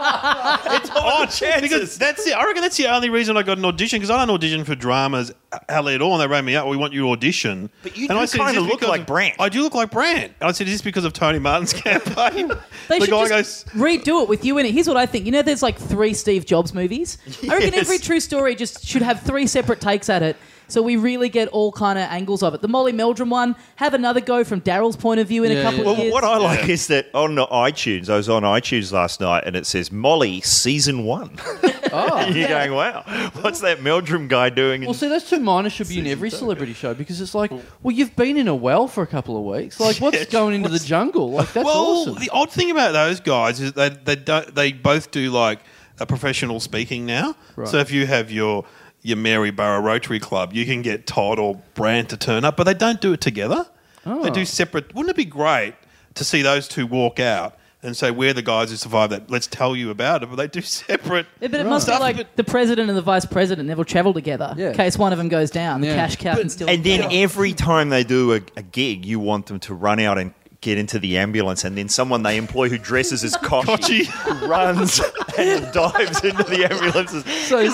Speaker 4: it's odd
Speaker 3: Because
Speaker 4: Oh, chances.
Speaker 3: that's the, I reckon that's the only reason I got an audition because I don't audition for dramas hardly at all. And they rang me up, we want you to audition.
Speaker 4: But you
Speaker 3: and
Speaker 4: do
Speaker 3: "Is
Speaker 4: kinda
Speaker 3: this
Speaker 4: look
Speaker 3: because
Speaker 4: like
Speaker 3: of-"
Speaker 4: Brant.
Speaker 3: I do look like Brant. And I said, is this because of Tony Martin's campaign?
Speaker 2: They
Speaker 3: the
Speaker 2: should
Speaker 3: guy
Speaker 2: just
Speaker 3: goes,
Speaker 2: redo it with you in it. Here's what I think. You know, there's like three Steve Jobs movies. I reckon
Speaker 4: Yes.
Speaker 2: every true story just should have three separate takes at it. So we really get all kind of angles of it. The Molly Meldrum one, have another go from Daryl's point of view in
Speaker 1: Yeah,
Speaker 2: a couple
Speaker 1: yeah.
Speaker 2: of
Speaker 4: Well,
Speaker 2: years.
Speaker 4: what I like is that on the iTunes, I was on iTunes last night and it says Molly season one.
Speaker 1: Oh.
Speaker 4: You're going, wow, what's that Meldrum guy doing? in-
Speaker 1: Well, see, those two minors should be in every celebrity show because it's like, well, you've been in a well for a couple of weeks. Like, what's going into the jungle? Like, that's
Speaker 3: well,
Speaker 1: awesome.
Speaker 3: the odd thing about those guys is they they don't they both do like a professional speaking now.
Speaker 1: Right.
Speaker 3: So if you have your your Mary Borough Rotary Club, you can get Todd or Brand to turn up, but they don't do it together. They
Speaker 1: Oh.
Speaker 3: do separate. Wouldn't it be great to see those two walk out and say, "We're the guys who survived that. Let's tell you about it." But they do separate.
Speaker 2: Yeah, but it must be
Speaker 3: Stuff,
Speaker 2: like the president and the vice president never travel together
Speaker 1: Yeah.
Speaker 2: in case one of them goes down. The
Speaker 1: Yeah.
Speaker 2: cash cow can still.
Speaker 4: and then every time they do a, a gig, you want them to run out and get into the ambulance, and then someone they employ who dresses as Koshi, runs and dives into the ambulances.
Speaker 1: so,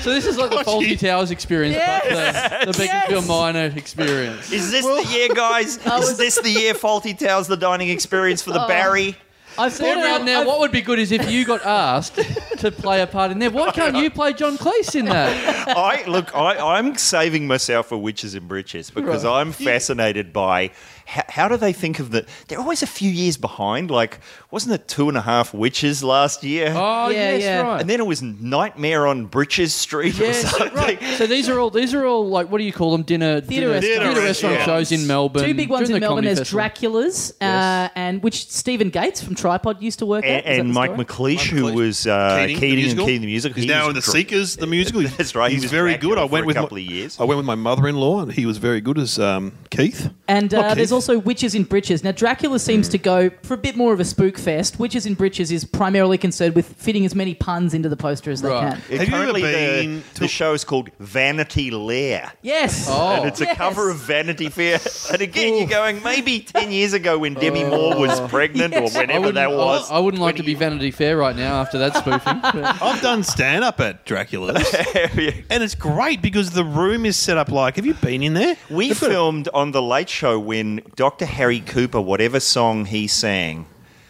Speaker 1: so this is like the Faulty Towers experience,
Speaker 2: Yes.
Speaker 1: but the, the Beaconsfield
Speaker 2: Yes.
Speaker 1: minor experience.
Speaker 4: Is this the year, guys? Is this the year Faulty Towers the dining experience for the Barry?
Speaker 2: I've thought
Speaker 1: Now,
Speaker 2: about
Speaker 1: now
Speaker 2: I've-
Speaker 1: what would be good is if you got asked to play a part in there. Why can't you play John Cleese in that?
Speaker 4: I look. I, I'm saving myself for witches and britches because I'm fascinated by how, how do they think of the. They're always a few years behind. Like, wasn't it two and a half witches last year?
Speaker 1: Oh,
Speaker 2: Yeah,
Speaker 1: yes,
Speaker 2: yeah.
Speaker 1: right.
Speaker 4: And then it was Nightmare on Britches Street or
Speaker 1: Yes,
Speaker 4: something.
Speaker 1: right. So these are all these are all like what do you call them? Dinner
Speaker 2: Theatre
Speaker 1: dinner,
Speaker 2: restaurants.
Speaker 1: theatre restaurant
Speaker 4: Restaurants.
Speaker 1: shows in Melbourne.
Speaker 2: Two big ones
Speaker 1: during the
Speaker 2: in Melbourne.
Speaker 1: comedy
Speaker 2: There's
Speaker 1: festival.
Speaker 2: Dracula's, uh, and which Stephen Gates from Tripod used to work at.
Speaker 4: And,
Speaker 2: Is that
Speaker 4: and
Speaker 2: the
Speaker 4: Mike
Speaker 2: story?
Speaker 4: McLeish,
Speaker 3: Mike
Speaker 4: who
Speaker 3: McLeish.
Speaker 4: was uh,
Speaker 3: Keating,
Speaker 4: Keating,
Speaker 3: the musical.
Speaker 4: and Keating the musical.
Speaker 3: He's
Speaker 4: he
Speaker 3: now
Speaker 4: was
Speaker 3: in the
Speaker 4: dra-
Speaker 3: Seekers, the musical.
Speaker 4: That's right. he
Speaker 3: He's
Speaker 4: was
Speaker 3: very good.
Speaker 4: Dracula
Speaker 3: I went
Speaker 4: for
Speaker 3: with
Speaker 4: a
Speaker 3: my-
Speaker 4: couple of years.
Speaker 3: I went with my mother-in-law, and he was very good as um, Keith.
Speaker 2: And
Speaker 3: Not Hmm.
Speaker 2: uh, there's
Speaker 3: Keith.
Speaker 2: also Witches in Britches. Now, Dracula seems to go for a bit more of a spook fest. Witches in Britches is primarily concerned with fitting as many puns into the poster as
Speaker 1: Right.
Speaker 2: they can.
Speaker 4: Yeah,
Speaker 3: Have you ever
Speaker 4: currently the-
Speaker 3: been
Speaker 4: the,
Speaker 3: to-
Speaker 4: show is called Vanity Lair.
Speaker 2: Yes.
Speaker 1: Oh.
Speaker 4: And it's
Speaker 2: Yes.
Speaker 4: a cover of Vanity Fair. And again, you're going, maybe 10 years ago when Demi Moore was pregnant
Speaker 2: Yes.
Speaker 4: or
Speaker 1: Oh. I
Speaker 4: whenever
Speaker 1: wouldn't,
Speaker 4: that
Speaker 1: I-
Speaker 4: was.
Speaker 1: I, wouldn't like to be Vanity Fair right now after that spoofing. But-
Speaker 3: I've done stand up at Dracula's. and it's great because the room is set up like have you been in there?
Speaker 4: We
Speaker 3: They've got a-
Speaker 4: filmed on The Late Show when Dr. Harry Cooper, whatever song he sang,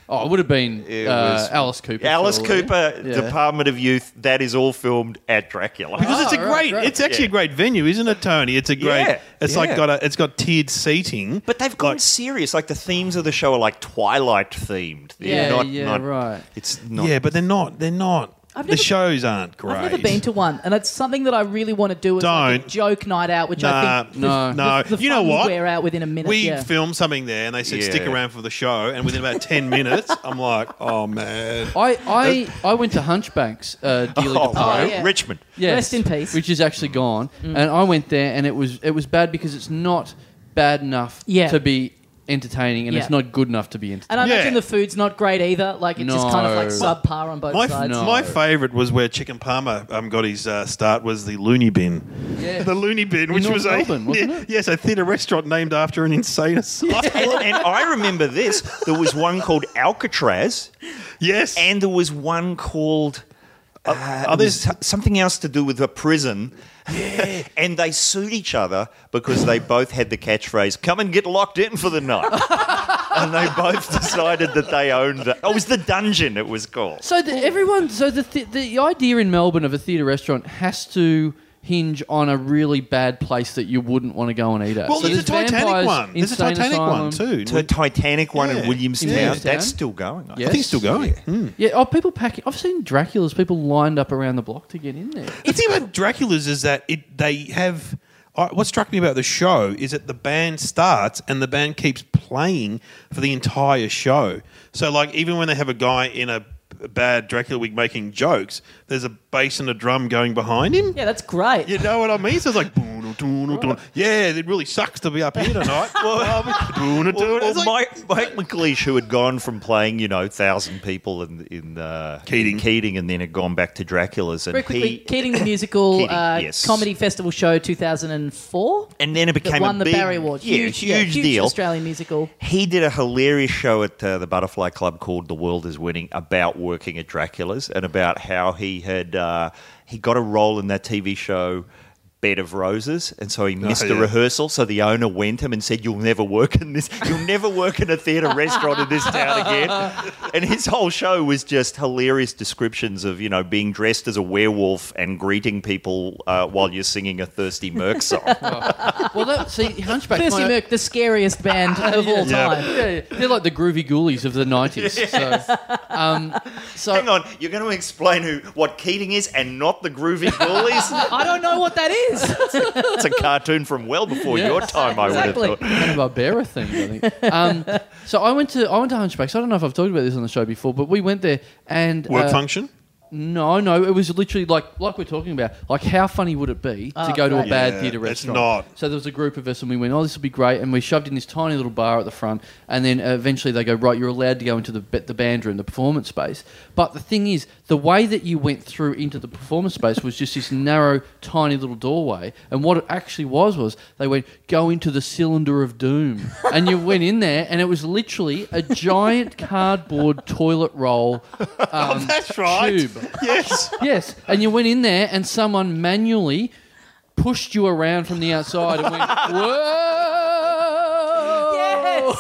Speaker 1: oh, it would have been
Speaker 4: It
Speaker 1: uh,
Speaker 4: was-
Speaker 1: Alice Cooper.
Speaker 4: Alice
Speaker 1: surely.
Speaker 4: Cooper,
Speaker 1: Yeah.
Speaker 4: Department of Youth, that is all filmed at Dracula.
Speaker 3: because it's a
Speaker 1: Oh, right,
Speaker 3: great,
Speaker 1: great.
Speaker 3: it's actually
Speaker 4: Ah, Yeah.
Speaker 3: a great venue, isn't it, Tony? It's a great.
Speaker 4: Yeah,
Speaker 3: it's like
Speaker 4: yeah.
Speaker 3: got a, it's got tiered seating.
Speaker 4: But they've gone serious. Like the themes of the show are like Twilight themed. They're
Speaker 1: Yeah,
Speaker 4: not,
Speaker 1: yeah,
Speaker 4: not-
Speaker 1: right.
Speaker 4: It's not.
Speaker 3: yeah, but they're not. They're not.
Speaker 2: I've
Speaker 3: the
Speaker 2: never-
Speaker 3: shows aren't great.
Speaker 2: I've never been to one, and it's something that I really want to do. It's like a
Speaker 3: Don't.
Speaker 2: joke night out, which I
Speaker 3: Nah,
Speaker 2: think
Speaker 1: No.
Speaker 3: no, no.
Speaker 2: the
Speaker 3: you know
Speaker 2: fun would
Speaker 3: what?
Speaker 2: wear out within a minute.
Speaker 3: we
Speaker 2: yeah.
Speaker 3: filmed something there, and they said stick
Speaker 4: Yeah.
Speaker 3: around for the show. And within about ten minutes, I'm like, oh man.
Speaker 1: I, I, I went to Hunchbank's uh, Dealey
Speaker 4: Oh,
Speaker 1: Depot.
Speaker 2: yeah.
Speaker 4: Richmond.
Speaker 1: Yes,
Speaker 2: Rest in peace. Mm.
Speaker 1: Which is
Speaker 3: Mm.
Speaker 1: actually gone. And I went there, and it was it was bad because it's not bad enough
Speaker 2: Yeah.
Speaker 1: to be entertaining, and
Speaker 2: Yeah.
Speaker 1: it's not good enough to be entertaining.
Speaker 2: And I
Speaker 3: Yeah.
Speaker 2: imagine the food's not great either. Like it's just kind of like
Speaker 1: No.
Speaker 2: subpar on both
Speaker 3: My,
Speaker 2: sides.
Speaker 1: No.
Speaker 3: my favorite was where Chicken Palmer um, got his uh, start was the Looney Bin.
Speaker 1: Yes.
Speaker 3: The Looney Bin, which
Speaker 1: North
Speaker 3: was
Speaker 1: Melbourne,
Speaker 3: a
Speaker 1: wasn't
Speaker 3: yeah,
Speaker 1: it?
Speaker 3: yes, a theatre restaurant named after an insane asylum.
Speaker 4: and, and I remember this. There was one called Alcatraz,
Speaker 3: yes,
Speaker 4: and there was one called. Uh,
Speaker 3: oh,
Speaker 4: it was
Speaker 3: there's-
Speaker 4: so- something else to do with a prison. and they sued each other because they both had the catchphrase, come and get locked in for the night. and they both decided that they owned it. Oh, it was the dungeon, it was called.
Speaker 1: So the, everyone, so the, th- the idea in Melbourne of a theatre restaurant has to hinge on a really bad place that you wouldn't want to go and eat at.
Speaker 3: Well,
Speaker 1: so
Speaker 3: there's a Titanic
Speaker 1: vampires,
Speaker 3: one. There's a
Speaker 1: insane
Speaker 3: Titanic
Speaker 1: asylum.
Speaker 3: one too.
Speaker 4: The Titanic one
Speaker 3: Yeah.
Speaker 4: in Williamstown,
Speaker 1: In Williamstown.
Speaker 4: that's still going. I
Speaker 1: Yeah.
Speaker 3: I think it's still going. Hmm.
Speaker 1: Yeah, oh, people packing. I've seen Dracula's people lined up around the block to get in there.
Speaker 3: The thing about Dracula's is that it they have. I what struck me about the show is that the band starts and the band keeps playing for the entire show. So, like, even when they have a guy in a bad Dracula wig making jokes, there's a bass and a drum going behind him.
Speaker 2: Yeah, that's great.
Speaker 3: You know what I mean? So it's like, "Doo, doo, doo, doo, doo." yeah, it really sucks to be up here tonight. well, doo, doo, doo.
Speaker 4: Or,
Speaker 3: It's like-
Speaker 4: Mike, Mike McLeish, who had gone from playing, you know, thousand people in in uh,
Speaker 3: Keating.
Speaker 4: Keating, and then had gone back to Dracula's, and
Speaker 2: Very quickly,
Speaker 4: he,
Speaker 2: Keating the Musical
Speaker 4: Keating,
Speaker 2: uh,
Speaker 4: yes.
Speaker 2: Comedy Festival Show 2004.
Speaker 4: and then it
Speaker 2: That
Speaker 4: became
Speaker 2: won
Speaker 4: a
Speaker 2: the
Speaker 4: big,
Speaker 2: Barry Award.
Speaker 4: yeah,
Speaker 2: huge,
Speaker 4: huge,
Speaker 2: yeah, huge
Speaker 4: deal.
Speaker 2: Australian musical.
Speaker 4: He did a hilarious show at uh, the Butterfly Club called "The World Is Winning" about working at Dracula's and about how he had uh, he got a role in that TV show bed of roses, and so he
Speaker 2: Oh,
Speaker 4: missed the
Speaker 3: yeah.
Speaker 4: rehearsal. So the owner went him and said, "You'll never work in this. You'll never work in a theatre restaurant in this town again." And his whole show was just hilarious descriptions of you know being dressed as a werewolf and greeting people uh, while you're singing a Thirsty Merc song.
Speaker 1: Well, that, see, Hunchback.
Speaker 2: Thirsty
Speaker 1: my-
Speaker 2: Merc, the scariest band of all
Speaker 3: Yeah.
Speaker 2: time.
Speaker 1: Yeah, yeah. they're like the groovy ghoulies of the nineties. So, um, so
Speaker 4: Hang on, you're going to explain who what Keating is and not the Groovy Ghoulies?
Speaker 2: I don't know what that is.
Speaker 4: That's a cartoon from well before
Speaker 1: Yeah.
Speaker 4: your time, I
Speaker 2: Exactly.
Speaker 4: would have thought.
Speaker 1: Hanna Barbera thing. I think. Um, so I went to I went to Hunchbacks. I don't know if I've talked about this on the show before, but we went there and
Speaker 3: Work
Speaker 1: uh,
Speaker 3: function?
Speaker 1: No, no, it was literally like like we're talking about. Like, how funny would it be to go to a
Speaker 2: right.
Speaker 1: bad
Speaker 3: Ah, Yeah,
Speaker 1: theatre
Speaker 3: it's
Speaker 1: restaurant?
Speaker 3: not.
Speaker 1: So there was a group of us, and we went, "Oh, this will be great," and we shoved in this tiny little bar at the front, and then uh, eventually they go, "Right, you're allowed to go into the ba- the band room, the performance space." But the thing is, the way that you went through into the performance space was just this narrow, tiny little doorway, and what it actually was was they went, "Go into the cylinder of doom," and you went in there, and it was literally a giant cardboard toilet roll. Um,
Speaker 3: That's right.
Speaker 1: tube.
Speaker 3: Yes.
Speaker 1: Yes, and you went in there, and someone manually pushed you around from the outside and went, "Whoa!"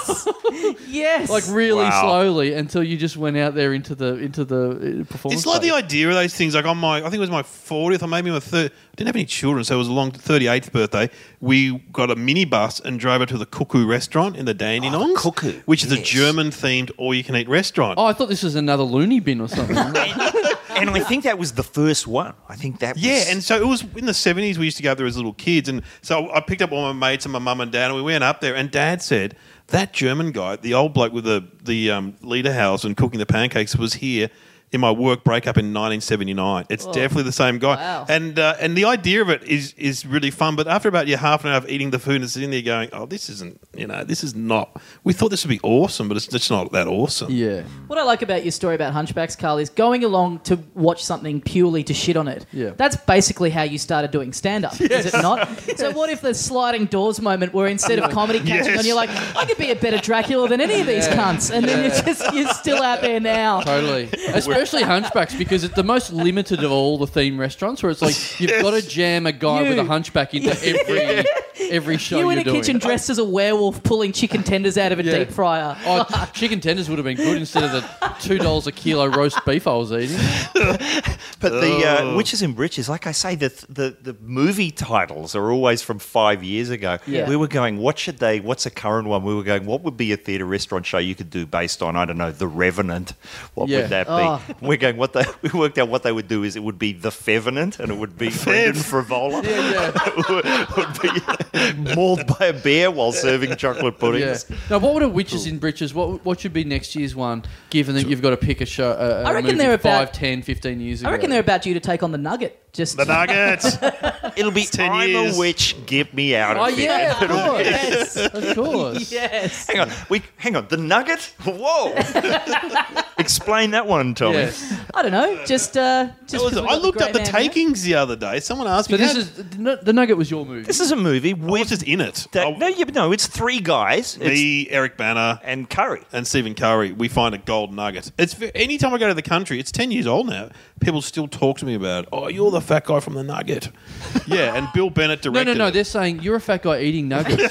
Speaker 2: yes. yes.
Speaker 1: Like really
Speaker 4: Wow.
Speaker 1: slowly until you just went out there into the into the uh, performance.
Speaker 3: It's like the
Speaker 1: space.
Speaker 3: idea of those things. Like on my, I think it was my fortieth or maybe my third. I didn't have any children, so it was a long thirty eighth birthday. We got a minibus and drove it to the Cuckoo restaurant in the Dandenongs,
Speaker 4: Cuckoo,
Speaker 3: which is a
Speaker 4: yes.
Speaker 3: German themed all you can eat restaurant.
Speaker 1: Oh, I thought this was another loony bin or something.
Speaker 4: And I think that was the first one. I think that was.
Speaker 3: Yeah, and so it was in the seventies. We used to go there as little kids, and so I picked up all my mates and my mum and dad, and we went up there. And Dad said that German guy, the old bloke with the the um, leader house and cooking the pancakes, was here in my work breakup in 1979. It's definitely the same guy.
Speaker 2: Wow.
Speaker 3: And uh, and the idea of it is is really fun. But after about your half an hour of eating the food and sitting there going, oh, this isn't you know this is not. We thought this would be awesome, but it's just not that awesome.
Speaker 1: yeah,
Speaker 2: What I like about your story about Hunchbacks, Carl, is going along to watch something purely to shit on it.
Speaker 1: Yeah.
Speaker 2: That's basically how you started doing stand up, is it not? so, what if the sliding doors moment where instead of comedy catching
Speaker 3: Yes.
Speaker 2: on, you're like, I could be a better Dracula than any of these cunts. And then you're just, you're still out there now.
Speaker 1: totally. Especially Hunchbacks because it's the most limited of all the theme restaurants, where it's like you've got to jam a guy with
Speaker 2: You.
Speaker 1: a hunchback into every every show
Speaker 2: You
Speaker 1: are
Speaker 2: in a
Speaker 1: doing.
Speaker 2: kitchen dressed as a werewolf pulling chicken tenders out of a
Speaker 1: Yeah.
Speaker 2: deep fryer.
Speaker 1: Oh, ch- chicken tenders would have been good instead of the two dollars a kilo roast beef I was eating.
Speaker 4: But the uh, Witches and Britches, like I say, the, the the movie titles are always from five years ago.
Speaker 2: Yeah.
Speaker 4: We were going, what should they? What's a current one? We were going, what would be a theatre restaurant show you could do based on I don't know, The Revenant? What
Speaker 1: Yeah.
Speaker 4: would that be?
Speaker 2: Oh.
Speaker 4: We're going, what they we worked out what they would do is it would be The Fevenant, and it would be Brendan Frivola. it would be mauled by a bear while serving chocolate
Speaker 1: Yeah.
Speaker 4: puddings.
Speaker 1: Now, what would a witches in britches? What what should be next year's one? Given that you've got to pick a show, a, a
Speaker 2: I reckon
Speaker 1: movie
Speaker 2: they're about-
Speaker 1: five, 10, 15 years ago.
Speaker 2: I reckon they're about due to take on the nugget. Just
Speaker 3: The nuggets.
Speaker 4: It'll be
Speaker 3: 10
Speaker 4: I'm
Speaker 3: years.
Speaker 4: a witch, get me out of
Speaker 1: Oh
Speaker 4: here.
Speaker 1: yeah, of course.
Speaker 2: Yes.
Speaker 1: Of course.
Speaker 2: yes.
Speaker 4: Hang on, we hang on. The nugget? Whoa! Explain that one, Tommy.
Speaker 1: Yes.
Speaker 2: I don't know. Just, uh, just
Speaker 3: That was-
Speaker 2: 'cause we
Speaker 3: I
Speaker 2: got
Speaker 3: looked
Speaker 2: grey
Speaker 3: up the
Speaker 2: man here.
Speaker 3: takings the other day. Someone asked me,
Speaker 1: So this
Speaker 3: "How-
Speaker 1: is the nugget was your movie.
Speaker 4: This is a movie
Speaker 3: We're
Speaker 4: with
Speaker 3: just in it.
Speaker 4: that,
Speaker 3: Oh,
Speaker 4: no, you, no. It's three guys. It's,
Speaker 3: me, Eric Banner,
Speaker 4: and Curry.
Speaker 3: and Stephen Curry. We find a gold nugget. It's ve- anytime I go to the country. It's ten years old now. People still talk to me about. Oh, you're the fat guy from the Nugget. yeah, and Bill Bennett
Speaker 1: No,
Speaker 3: directed.
Speaker 1: no, no.
Speaker 3: it.
Speaker 1: They're saying you're a fat guy eating nuggets.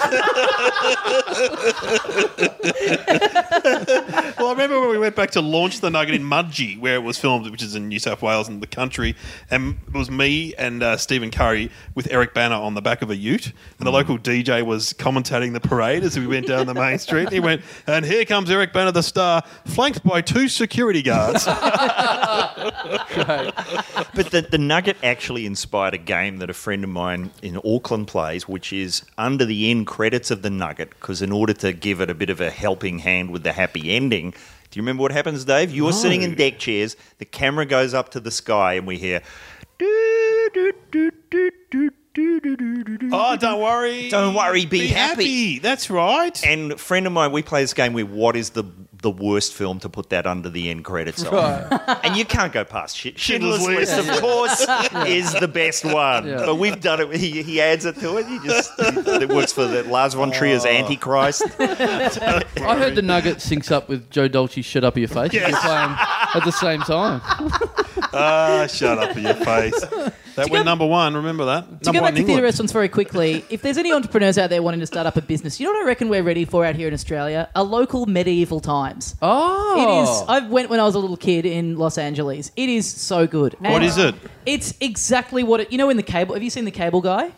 Speaker 3: Well, I remember when we went back to launch the Nugget in Mudgee, where it was filmed, which is in New South Wales and the country, and it was me and uh, Stephen Curry with Eric Banner on the back of a Ute, and the local DJ was commentating the parade as we went down the main street. And he went, "And here comes Eric Banner, the star, flanked by two security guards."
Speaker 4: But the, the nugget actually inspired a game that a friend of mine in Auckland plays, which is under the end credits of the nugget. Because in order to give it a bit of a helping hand with the happy ending, do you remember what happens, Dave? You're sitting in deck chairs. The camera goes up to the sky, and we hear. "Doo, doo, doo, doo, doo, doo, doo, doo, doo, doo."
Speaker 3: Oh, don't worry. Eh,
Speaker 4: Don't worry, be
Speaker 3: That's right.
Speaker 4: And a friend of mine, we play this game where what is the the worst film to put that under the end credits on? And you can't go past Sh- Schindler's,
Speaker 3: Schindler's
Speaker 4: List,
Speaker 3: List.
Speaker 4: of course, is the best one.
Speaker 1: Yeah.
Speaker 4: But we've done it. He, he adds it to it. He just it works for the Lars von Trier's Antichrist.
Speaker 1: I heard the nugget syncs up with Joe Dolce's "Shut Up Your Face." If you're playing at the same time.
Speaker 3: Ah, shut up in your face. That went number one. Remember that.
Speaker 2: To
Speaker 3: number
Speaker 2: go
Speaker 3: one
Speaker 2: back to
Speaker 3: in
Speaker 2: theatre
Speaker 3: England.
Speaker 2: restaurants very quickly, if there's any entrepreneurs out there wanting to start up a business, you know what I reckon we're ready for out here in Australia? A local medieval times. It is.
Speaker 1: Oh,
Speaker 2: I went when I was a little kid in Los Angeles. It is so good.
Speaker 3: What is it?
Speaker 2: It's exactly what it. You know, in the cable. Have you seen the Cable Guy?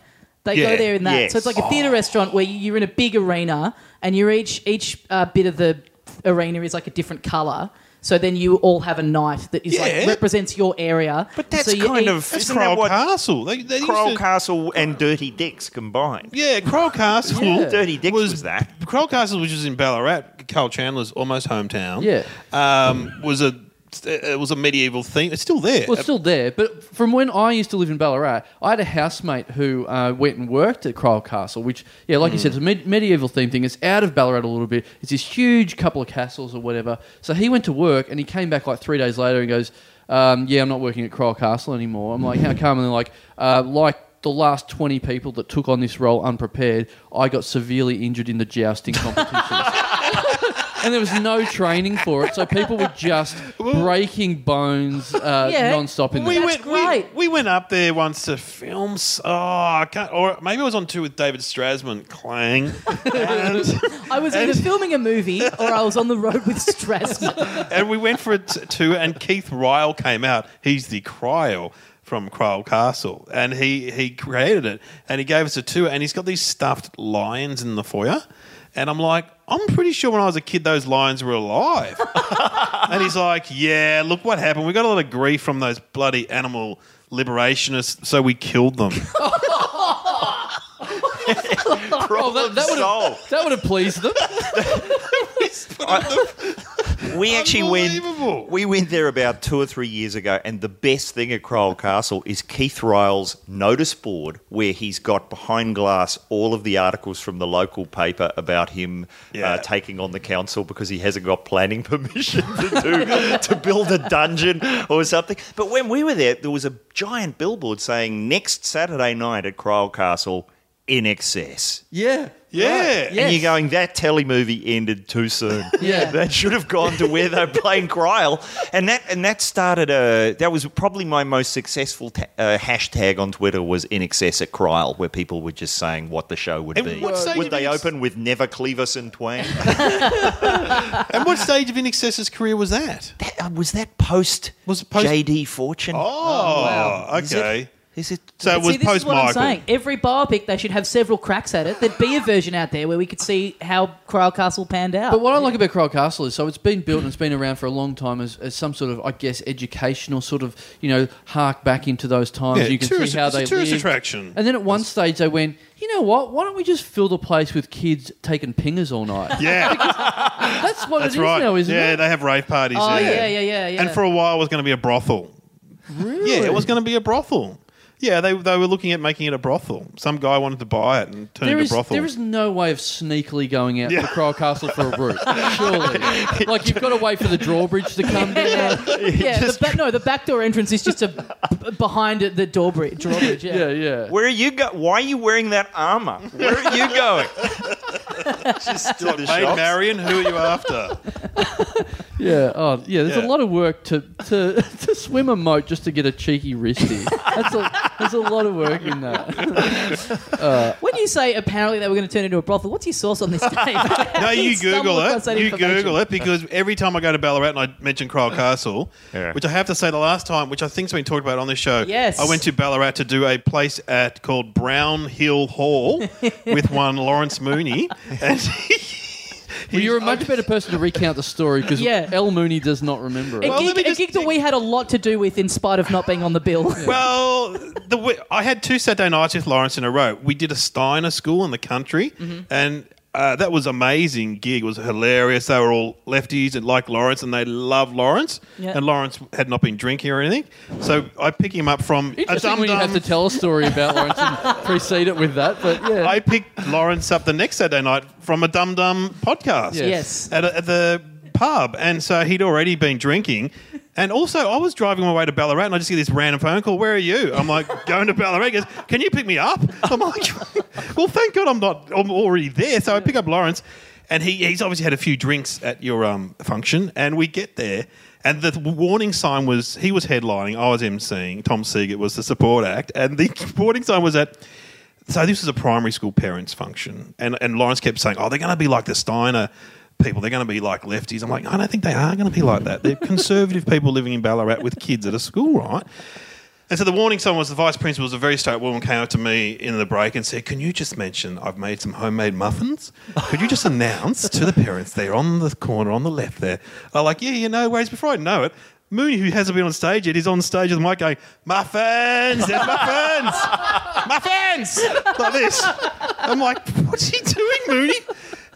Speaker 2: They go
Speaker 3: Yeah,
Speaker 2: there in that.
Speaker 4: yes.
Speaker 2: So it's like a theater restaurant where you- you're in a big arena, and you're each each uh, bit of the arena is like a different color. So then you all have a knife that is
Speaker 3: Yeah.
Speaker 2: like represents your area.
Speaker 4: But that's
Speaker 2: So you
Speaker 4: kind
Speaker 2: eat-
Speaker 4: of
Speaker 3: It's
Speaker 4: isn't that
Speaker 3: Crowell
Speaker 4: what
Speaker 3: Castle. They, they
Speaker 4: Crowell
Speaker 3: used to,
Speaker 4: Castle and Dirty Dicks combined?
Speaker 3: yeah, Crowell Castle.
Speaker 1: Yeah.
Speaker 4: Dirty Dicks was,
Speaker 3: Was-
Speaker 4: that.
Speaker 3: Crowell Castle, which is in Ballarat, Carl Chandler's almost hometown.
Speaker 1: Yeah.
Speaker 3: um, was a it was a medieval theme. It's still there.
Speaker 1: Well, it's still there, but from when I used to live in Ballarat, I had a housemate who uh, went and worked at Crowell Castle, which, yeah, like you said, it's a med- medieval themed thing. It's out of Ballarat a little bit. It's this huge couple of castles or whatever. So he went to work and he came back like three days later and goes, um, "Yeah, I'm not working at Crowell Castle anymore." I'm like, "How come?" And they're like, uh, "Like." The last 20 people that took on this role unprepared, I got severely injured in the jousting competitions. and there was no training for it, so people were just breaking bones uh,
Speaker 2: Yeah.
Speaker 1: non-stop in
Speaker 3: we
Speaker 1: there.
Speaker 3: went,
Speaker 2: great.
Speaker 3: We, we went up there once to film. s- Oh, I can't, or maybe I was on tour with David Strasman, Clang, and,
Speaker 2: I was either filming a movie or I was on the road with Strasman.
Speaker 3: and we went for a t- tour. And Keith Ryle came out. He's the Cryle from Cryle Castle, and he he created it, and he gave us a tour. And he's got these stuffed lions in the foyer, and I'm like. I'm pretty sure when I was a kid, those lions were alive. And he's like, "Yeah, look what happened. We got a lot of grief from those bloody animal liberationists, so we killed them."
Speaker 1: Oh, that, that would
Speaker 4: Solved.
Speaker 1: have that would have pleased them.
Speaker 4: We actually
Speaker 3: Unbelievable.
Speaker 4: went. We went there about two or three years ago, and the best thing at Crowell Castle is Keith Ryle's notice board, where he's got behind glass all of the articles from the local paper about him
Speaker 3: Yeah.
Speaker 4: uh, taking on the council because he hasn't got planning permission to do to build a dungeon or something. But when we were there, there was a giant billboard saying next Saturday night at Crowell Castle. In excess.
Speaker 1: Yeah,
Speaker 3: Yeah.
Speaker 1: Right.
Speaker 4: And
Speaker 1: Yes.
Speaker 4: you're going, that telemovie ended too soon.
Speaker 1: Yeah.
Speaker 4: That should have gone to where they're playing Cryle. And that and that started a, that was probably my most successful ta- uh, hashtag on Twitter was in excess at Cryle, where people were just saying what the show would
Speaker 3: And
Speaker 4: be.
Speaker 3: what stage
Speaker 4: Would
Speaker 3: of
Speaker 4: they
Speaker 3: Inex-
Speaker 4: open with Never Cleave Us in Twain?
Speaker 3: And what stage of Inaccess's career was that?
Speaker 4: That- uh, was that post,
Speaker 3: Was it post-
Speaker 4: JD Fortune?
Speaker 3: Oh,
Speaker 4: Is it-
Speaker 3: okay.
Speaker 4: Is it?
Speaker 3: So it
Speaker 2: See,
Speaker 3: was
Speaker 2: this is
Speaker 3: post
Speaker 2: what I'm
Speaker 3: Michael.
Speaker 2: saying. Every biopic, they should have several cracks at it. There'd be a version out there where we could see how Crowell Castle panned out.
Speaker 1: But what I like about Crowell Castle is so it's been built and it's been around for a long time as, as some sort of, I guess, educational sort of, you know, hark back into those times.
Speaker 3: Yeah,
Speaker 1: you can
Speaker 3: tourist-
Speaker 1: see how
Speaker 3: it's a
Speaker 1: they
Speaker 3: tourist
Speaker 1: lived.
Speaker 3: attraction.
Speaker 1: And then at one stage they went, you know what? Why don't we just fill the place with kids taking pingers all night?
Speaker 3: Yeah,
Speaker 1: That's what
Speaker 3: that's
Speaker 1: it is
Speaker 3: right.
Speaker 1: now, isn't
Speaker 3: yeah,
Speaker 1: it?
Speaker 3: they have rave parties.
Speaker 2: Oh,
Speaker 3: there.
Speaker 2: yeah, yeah, yeah, yeah.
Speaker 3: And for a while, it was going to be a brothel. Really? Yeah, it was going to be a brothel. Yeah, they, they were looking at making it a brothel. Some guy wanted to buy it and turn
Speaker 1: There
Speaker 3: it
Speaker 1: is,
Speaker 3: a brothel.
Speaker 1: there is no way of sneakily going out
Speaker 3: Yeah.
Speaker 1: to Crowell Castle for a route, surely. like, you've got to wait for the drawbridge to come down.
Speaker 2: yeah, yeah the ba- no, the back door entrance is just a b- behind it, the doorbridge. drawbridge yeah.
Speaker 1: Yeah, yeah.
Speaker 4: Where are you go? Why are you wearing that armor? Where are you going? Just still the
Speaker 3: Hey,
Speaker 4: shops.
Speaker 3: Marion, who are you after?
Speaker 1: Yeah, oh, yeah. There's a
Speaker 3: Yeah.
Speaker 1: lot of work to, to to swim a moat just to get a cheeky wristy. That's a there's a lot of work in that.
Speaker 2: When you say apparently they were going to turn into a brothel, what's your source on this, Dave?
Speaker 3: No,
Speaker 2: How do
Speaker 3: you
Speaker 2: stumble
Speaker 3: Google
Speaker 2: across that
Speaker 3: it. You
Speaker 2: information?
Speaker 3: Google it because every time I go to Ballarat and I mention Crowell Castle,
Speaker 4: Yeah.
Speaker 3: which I have to say the last time, which I think's been talked about on this show.
Speaker 2: Yes.
Speaker 3: I went to Ballarat to do a place at called Brown Hill Hall with one Lawrence Mooney, and
Speaker 1: Well, you're a much better person to recount the story because
Speaker 2: Yeah.
Speaker 1: El Mooney does not remember it.
Speaker 2: A
Speaker 3: Well,
Speaker 2: gig,
Speaker 3: let me
Speaker 2: a
Speaker 3: just
Speaker 2: gig that we had a lot to do with in spite of not being on the bill.
Speaker 3: Well, the w- I had two Saturday nights with Lawrence in a row. We did a Steiner school in the country,
Speaker 1: Mm-hmm.
Speaker 3: and uh, that was amazing gig. It was hilarious. They were all lefties and like Lawrence, and they loved Lawrence.
Speaker 2: Yeah.
Speaker 3: And Lawrence had not been drinking or anything, so I pick him up from a
Speaker 1: Interesting
Speaker 3: dum
Speaker 1: when you have to
Speaker 3: dum.
Speaker 1: tell a story about Lawrence and precede it with that, but yeah.
Speaker 3: I picked Lawrence up the next Saturday night from a Dum Dum podcast.
Speaker 1: Yeah.
Speaker 2: yes.
Speaker 3: at, a, at the pub, and so he'd already been drinking. And also, I was driving my way to Ballarat, and I just get this random phone call. Where are you? I'm like, going to Ballarat. He goes, can you pick me up? I'm like, well, thank God I'm not. I'm already there. So I pick up Lawrence, and he he's obviously had a few drinks at your um, function, and we get there. And the warning sign was he was headlining, I was emceeing. Tom Seagate was the support act, and the warning sign was that. So this was a primary school parents function, and and Lawrence kept saying, "Oh, they're going to be like the Steiner." People, they're going to be like lefties. I'm like, I don't think they are going to be like that. They're conservative people living in Ballarat with kids at a school, right? And so the warning sign was the vice principal was a very straight woman came up to me in the break and said, "Can you just mention I've made some homemade muffins? Could you just announce to the parents they're on the corner on the left there?" I'm like, "Yeah, you know, ways before I know it." Mooney, who hasn't been on stage yet, is on stage with the mic going, "Muffins, there's muffins, muffins," like this. I'm like, "What's he doing, Mooney?"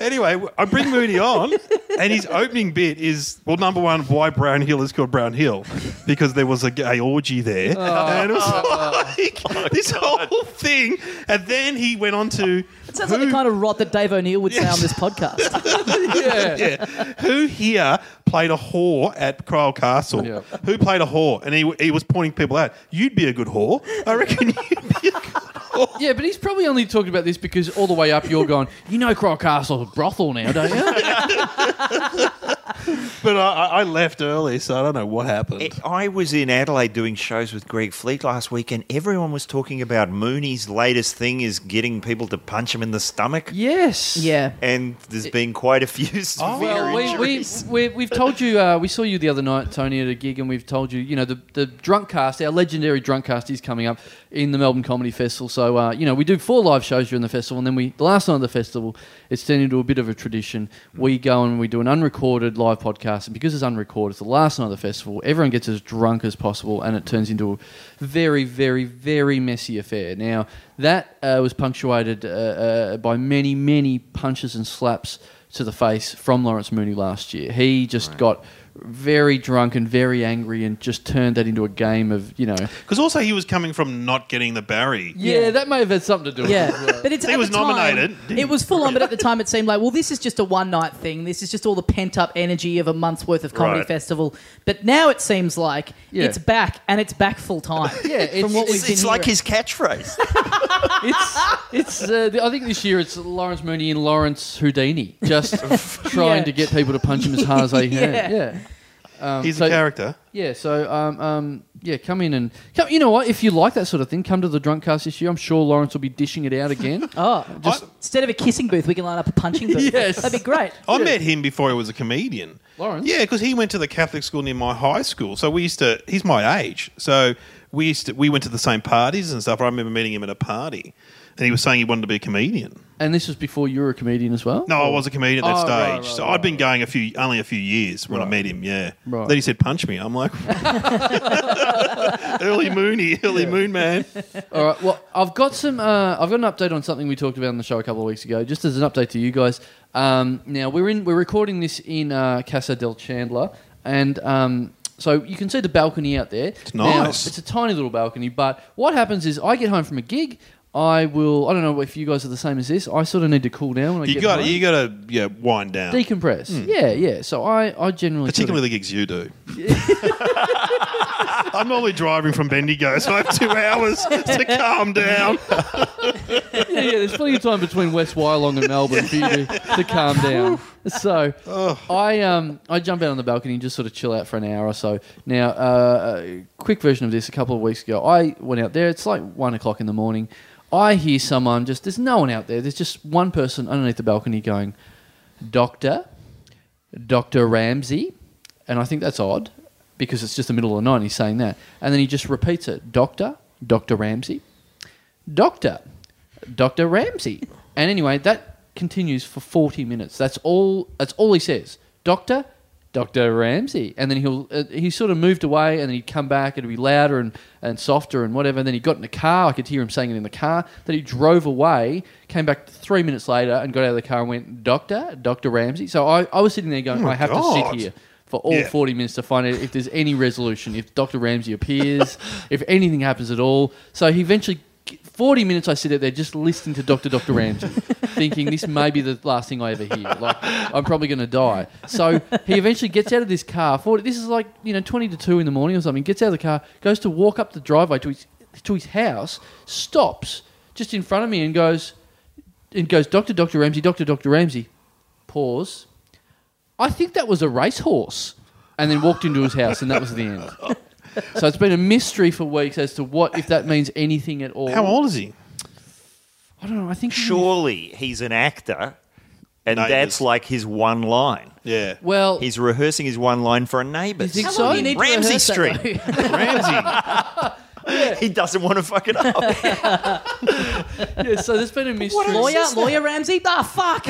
Speaker 3: Anyway, I bring Mooney on, and his opening bit is well, number one, why Brown Hill is called Brown Hill, because there was a gay orgy there, and it was like this whole thing. And then he went on to
Speaker 2: It sounds like the kind of rot that Dave O'Neill would say on this podcast.
Speaker 1: yeah.
Speaker 3: yeah. Who here played a whore at Cryle Castle?
Speaker 1: Yeah.
Speaker 3: Who played a whore? And he, he was pointing people out. You'd be a good whore. I reckon you'd be a good whore.
Speaker 1: Yeah, but he's probably only talking about this because all the way up you're going, you know Croc Castle's a brothel now, don't you?
Speaker 3: But I, I- I left early, so I don't know what happened.
Speaker 4: It- Eh, I was in Adelaide doing shows with Greg Fleet last week, and everyone was talking about Mooney's latest thing is getting people to punch him in the stomach.
Speaker 1: yes.
Speaker 2: yeah.
Speaker 4: And there's been quite a few severe
Speaker 1: Oh. Well, we, we,
Speaker 4: injuries.
Speaker 1: we, we've told you, uh, we saw you the other night, Tony, at a gig, and we've told you, you know, the, the drunk cast, our legendary drunk cast is coming up in the Melbourne Comedy Festival. So, uh, you know, we do four live shows during the festival, and then we, the last night of the festival, it's turned into a bit of a tradition. We go and we do an unrecorded live podcast, and because it's unrecorded, it's the last night of the festival, everyone gets as drunk as possible, and it turns into a very, very, very messy affair. Now, that uh, was punctuated uh, uh, by many, many punches and slaps to the face from Lawrence Mooney last year. He just got very drunk and very angry and just turned that into a game of, you know.
Speaker 3: Because also he was coming from not getting the Barry.
Speaker 1: Yeah,
Speaker 2: Yeah.
Speaker 1: that may have had something to do with it.
Speaker 2: Yeah, but it's
Speaker 3: He
Speaker 2: at
Speaker 3: was
Speaker 2: the time,
Speaker 3: nominated, didn't
Speaker 2: It was full on, but at the time it seemed like, well, this is just a one night thing. This is just all the pent up energy of a month's worth of comedy
Speaker 3: Right.
Speaker 2: festival. But now it seems like
Speaker 1: Yeah.
Speaker 2: it's back and it's back full time.
Speaker 1: Yeah, it's-
Speaker 2: from what we've
Speaker 4: It's,
Speaker 2: been
Speaker 4: it's like
Speaker 2: hearing.
Speaker 4: his catchphrase.
Speaker 1: It's, it's uh, I think this year it's Lawrence Mooney and Lawrence Houdini just trying
Speaker 2: Yeah.
Speaker 1: to get people to punch him as hard as they can.
Speaker 2: Yeah.
Speaker 1: Yeah.
Speaker 3: He's
Speaker 1: so-
Speaker 3: a character.
Speaker 1: Yeah, so um, um, yeah, come in and come, you know what? If you like that sort of thing, come to the drunk cast this year. I'm sure Lawrence will be dishing it out again.
Speaker 2: Oh,
Speaker 3: Just-
Speaker 2: instead of a kissing booth, we can line up a punching booth.
Speaker 1: Yes.
Speaker 2: that'd be great.
Speaker 3: I met him before he was a comedian.
Speaker 1: Lawrence?
Speaker 3: Yeah, because he went to the Catholic school near my high school. So we used to. He's my age. So we used to. We went to the same parties and stuff. I remember meeting him at a party, and he was saying he wanted to be a comedian.
Speaker 1: and this was before you were a comedian as well?
Speaker 3: No, I was a comedian at that
Speaker 1: Oh,
Speaker 3: stage.
Speaker 1: right, right,
Speaker 3: so
Speaker 1: right,
Speaker 3: I'd been going a few, only a few years when I met him. Yeah.
Speaker 1: Right.
Speaker 3: Then he said, "Punch me." I'm like, early Mooney, early Moon Man.
Speaker 1: All right. Well, I've got some. Uh, I've got an update on something we talked about on the show a couple of weeks ago. Just as an update to you guys. Um, now we're in. We're recording this in uh, Casa del Chandler, and um, so you can see the balcony out there. It's
Speaker 3: nice.
Speaker 1: it's a tiny little balcony. But what happens is, I get home from a gig. I will. I don't know if you guys are the same as this. I sort of need to cool down. When I
Speaker 3: You
Speaker 1: get
Speaker 3: got,
Speaker 1: home.
Speaker 3: you got to yeah, wind down.
Speaker 1: decompress. Yeah, yeah. So I, I generally sort of-
Speaker 3: Particularly the gigs you do. I'm normally driving from Bendigo, so I have two hours to calm down.
Speaker 1: yeah, yeah, there's plenty of time between West Wyalong and Melbourne for you to, to calm down. So I um I jump out on the balcony and just sort of chill out for an hour or so. Now, uh, a quick version of this a couple of weeks ago, I went out there. It's like one o'clock in the morning. I hear someone just there's no one out there. There's just one person underneath the balcony going, "Doctor, Dr. Ramsey. And I think that's odd because it's just the middle of the night and he's saying that. And then he just repeats it Doctor, Dr. Ramsey, Doctor, Dr. Ramsey. and anyway, that continues for 40 minutes. That's all, that's all he says. Doctor, Dr. Ramsey. And then he'll, uh, he sort of moved away and then he'd come back and it'd be louder and, and softer and whatever. And then he got in the car. I could hear him saying it in the car. Then he drove away, came back three minutes later and got out of the car and went, Doctor, Dr. Ramsey. So I, I was sitting there going,
Speaker 3: Oh my
Speaker 1: I have to
Speaker 3: God.
Speaker 1: sit here for all
Speaker 3: Yeah.
Speaker 1: 40 minutes to find out if there's any resolution, if Dr. Ramsey appears, if anything happens at all. So he eventually, 40 minutes I sit out there just listening to Dr. Dr. Ramsey, thinking this may be the last thing I ever hear. Like, I'm probably going to die. So he eventually gets out of this car. 40, this is like, you know, 20 to 2 in the morning or something. Gets out of the car, goes to walk up the driveway to his, to his house, stops just in front of me and goes, and goes, Doctor, Doctor Ramsey, Doctor, Doctor Ramsey. Pause. I think that was a racehorse. and then walked into his house, and that was the end. So it's been a mystery for weeks as to what if that means anything at all.
Speaker 3: How old is he?
Speaker 1: I don't know. I think he-
Speaker 4: Surely he's an actor, and
Speaker 3: No, he
Speaker 4: that's
Speaker 3: is.
Speaker 4: like his one line.
Speaker 3: Yeah.
Speaker 1: Well,
Speaker 4: He's rehearsing his one line for a neighbour.
Speaker 1: You think
Speaker 2: How
Speaker 1: so?
Speaker 2: long do you need
Speaker 4: Ramsey
Speaker 2: to rehearse
Speaker 4: Street.
Speaker 2: That, though?
Speaker 3: Ramsey.
Speaker 4: He doesn't want to fuck it up.
Speaker 1: yeah, so there's been a mystery.
Speaker 2: lawyer, lawyer Ramsey. Ah, fuck.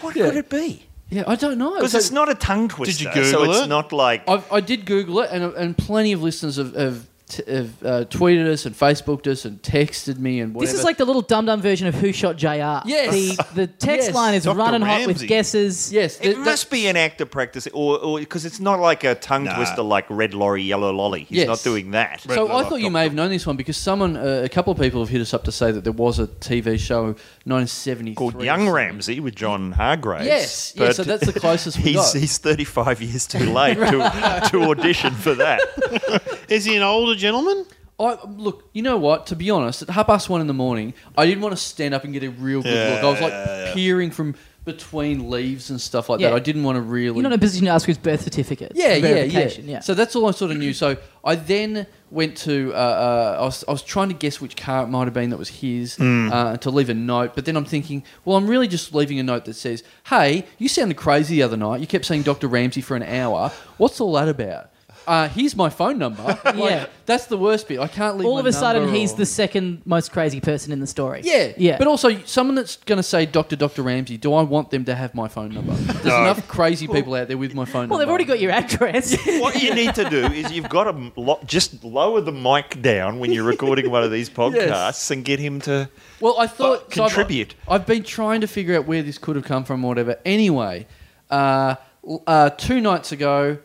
Speaker 4: what
Speaker 1: Yeah.
Speaker 4: could it be?
Speaker 1: Yeah, I don't know.
Speaker 4: Because
Speaker 1: So-
Speaker 4: it's not a tongue twister. so
Speaker 3: Google
Speaker 4: it's
Speaker 3: it?
Speaker 4: not like
Speaker 1: I've, I did Google it, and, and plenty of listeners have, have, t- have uh, tweeted us and Facebooked us and texted me and whatever.
Speaker 2: This is like the little dum dum version of Who Shot JR.
Speaker 1: Yes.
Speaker 2: The, the text
Speaker 1: Yes.
Speaker 2: line is
Speaker 3: Dr.
Speaker 2: running hot with
Speaker 3: Ramsey.
Speaker 2: guesses.
Speaker 1: yes,
Speaker 4: it
Speaker 1: th- that-
Speaker 4: must be an actor practice, or because it's not like a tongue
Speaker 3: Nah.
Speaker 4: twister like red lorry, yellow lolly. He's
Speaker 1: Yes.
Speaker 4: not doing that.
Speaker 1: So
Speaker 3: Red
Speaker 1: I thought you may have known this one because someone, uh, a couple of people have hit us up to say that there was a TV show 1973
Speaker 4: Called Young Ramsey with John Hargraves.
Speaker 1: Yes, yeah.
Speaker 4: but
Speaker 1: So that's the closest we
Speaker 4: He's,
Speaker 1: got.
Speaker 4: he's 35 years too late to, to audition for that.
Speaker 3: Is he an older gentleman?
Speaker 1: I, look, you know what? To be honest, at half past one in the morning, I didn't want to stand up and get a real good
Speaker 3: Yeah,
Speaker 1: look. I was like
Speaker 3: yeah, yeah.
Speaker 1: peering from between leaves and stuff like
Speaker 2: Yeah.
Speaker 1: that. I didn't want to really.
Speaker 2: You're not in a position to ask for his birth certificate.
Speaker 1: yeah,
Speaker 2: It's
Speaker 1: yeah, yeah,
Speaker 2: verification, yeah.
Speaker 1: So that's all I sort of knew. So I then went to uh, uh, I, was, I was trying to guess which car it might have been that was his uh, to leave a note, but then I'm thinking, well, I'm really just leaving a note that says, "Hey, you sounded crazy the other night. You kept saying Dr. Ramsey for an hour. What's all that about?" Uh, here's my phone number. Like,
Speaker 2: Yeah.
Speaker 1: that's the worst bit. I can't leave.
Speaker 2: All
Speaker 1: my
Speaker 2: of a sudden,
Speaker 1: number
Speaker 2: he's
Speaker 1: or-
Speaker 2: the second most crazy person in the story.
Speaker 1: yeah,
Speaker 2: yeah.
Speaker 1: But also, someone that's going to say Dr. Dr. Ramsey, do I want them to have my phone number? There's enough crazy people out there with my phone number.
Speaker 2: well, they've already got your address.
Speaker 4: What you need to do is you've got to lo- just lower the mic down when you're recording one of these podcasts and get him to.
Speaker 1: Well, I thought
Speaker 4: But
Speaker 1: so I've-
Speaker 4: contribute.
Speaker 1: I've, been trying to figure out where this could have come from, or whatever. Anyway, uh, l- uh, two nights ago,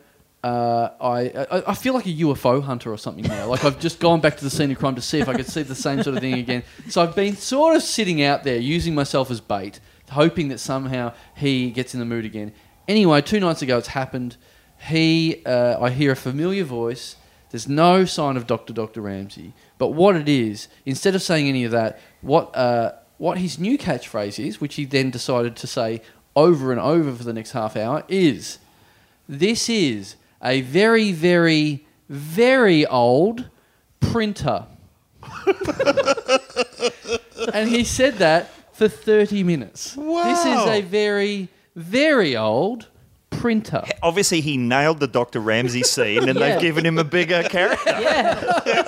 Speaker 1: uh, I, I I feel like a UFO hunter or something now. Like I've just gone back to the scene of crime to see if I could see the same sort of thing again. So I've been sort of sitting out there using myself as bait, hoping that somehow he gets in the mood again. Anyway, two nights ago, it's happened. He, uh, I hear a familiar voice. There's no sign of Dr. Dr. Ramsey. But what it is, instead of saying any of that, what, uh, what his new catchphrase is, which he then decided to say over and over for the next half hour, is this is a very, very, very old printer. and he said that for 30 minutes. This is
Speaker 3: Wow.
Speaker 1: a very, very old printer.
Speaker 4: Obviously, he nailed the Dr. Ramsey scene and
Speaker 2: Yeah.
Speaker 4: they've given him a bigger character.
Speaker 2: yeah.